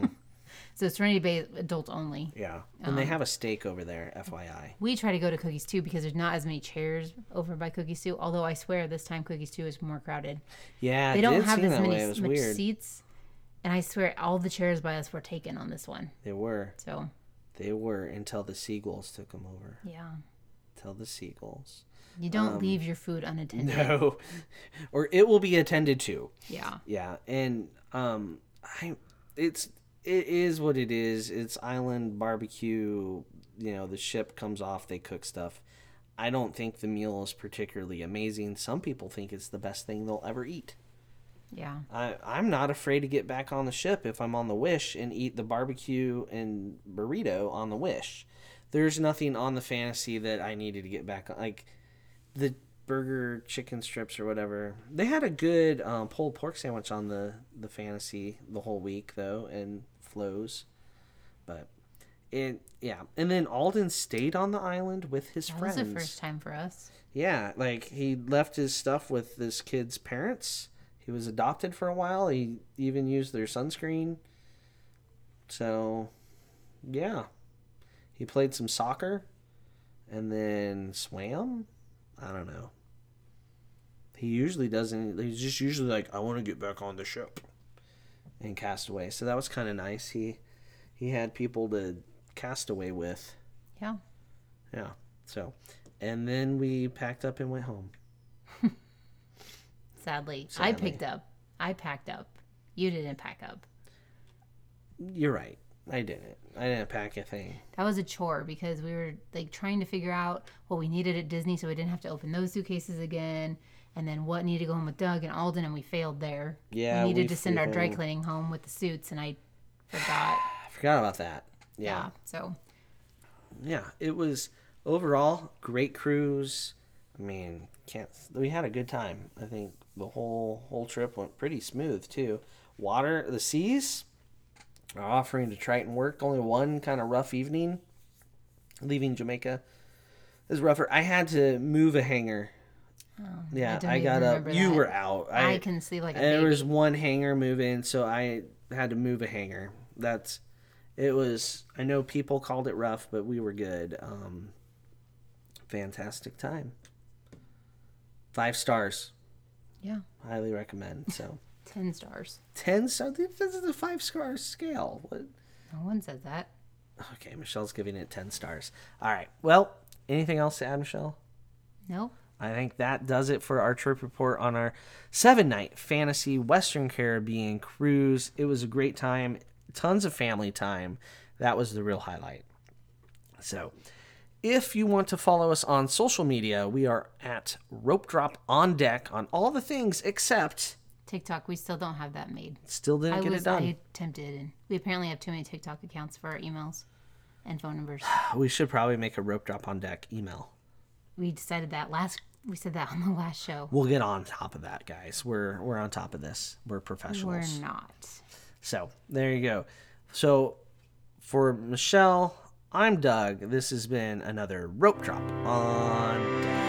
S3: so Serenity Bay is adult only.
S2: Yeah. And
S3: Um,
S2: they have a steak over there, FYI.
S3: We try to go to Cookies 2 because there's not as many chairs over by Cookies 2, although I swear this time Cookies 2 is more crowded.
S2: Yeah,
S3: They
S2: it
S3: don't
S2: did
S3: have
S2: seem
S3: as
S2: that
S3: many
S2: way. It was
S3: much
S2: weird.
S3: seats, and I swear all the chairs by us were taken on this one.
S2: They were.
S3: So,
S2: They were until the seagulls took them over.
S3: yeah.
S2: Until the
S3: [LAUGHS]
S2: seagulls.
S3: You don't leave your food unattended.
S2: Um, No. [LAUGHS] or it will be attended to.
S3: Yeah.
S2: Yeah, and um, I it's it is what it is. It's island barbecue. You know, the ship comes off, they cook stuff. I don't think the meal is particularly amazing. Some people think it's the best thing they'll ever eat.
S3: Yeah.
S2: I, I'm not afraid to get back on the ship if I'm on the Wish and eat the barbecue and burrito on the Wish. There's nothing on the fantasy that I needed to get back on. Like the burger, chicken strips, or whatever. They had a good um, pulled pork sandwich on the, the fantasy the whole week, though, and flows. But it, yeah. And then Alden stayed on the island with his
S3: That
S2: friends.
S3: was the first time for us.
S2: Yeah, like he left his stuff with this kid's parents. He was adopted for a while. He even used their sunscreen. So, yeah. He played some soccer and then swam. I don't know. He usually doesn't. He's just usually like, I want to get back on the ship and cast away. So that was kind of nice. He he had people to cast away with.
S3: Yeah.
S2: Yeah. So, and then we packed up and went home.
S3: Sadly. I
S2: Sadly.
S3: picked up. I packed up. You didn't pack up.
S2: You're right. I didn't. I didn't pack a thing.
S3: That was a chore because we were like trying to figure out what we needed at Disney so we didn't have to open those suitcases again. And then what needed to go home with Doug and Alden, and we failed there.
S2: Yeah,
S3: We needed
S2: we
S3: to send our dry
S2: freaking-
S3: cleaning home with the suits, and I forgot.
S2: I forgot about that.
S3: yeah.
S2: Yeah.
S3: So
S2: Yeah. It was overall great cruise. I mean, can't we had a good time. I think the whole whole trip went pretty smooth too. Water, the seas are offering to Triton work. Only one kind of rough evening leaving Jamaica is rougher. I had to move a hangar. yeah,
S3: don't
S2: I,
S3: Oh, even
S2: got up.
S3: remember
S2: You
S3: that.
S2: were out.
S3: I, can see like a
S2: there
S3: baby.
S2: was one hanger moving, so I had to move a hanger. That's it was. I know people called it rough, but we were good. Um, fantastic time. Five stars,
S3: yeah,
S2: highly recommend.
S3: [LAUGHS]
S2: So
S3: ten stars.
S2: ten stars. This is a five star scale. What?
S3: No one said that.
S2: Okay, Michelle's giving it ten stars. All right. Well, anything else to add, Michelle?
S3: Nope.
S2: I think that does it for our trip report on our seven night fantasy Western Caribbean cruise. It was a great time, tons of family time. That was the real highlight. So, if you want to follow us on social media, we are at Rope Drop on Deck on all the things except
S3: TikTok. We still don't have that made.
S2: still didn't
S3: I
S2: get
S3: was
S2: it done.
S3: I attempted, and we apparently have too many TikTok accounts for our emails and phone numbers.
S2: [SIGHS] We should probably make a Rope Drop on Deck email.
S3: we decided that last. We said that on the last show.
S2: We'll get on top of that, guys. We're we're on top of this. We're
S3: We're
S2: professionals.
S3: not.
S2: So there you go. So for Michelle, I'm Doug. This has been another rope drop on.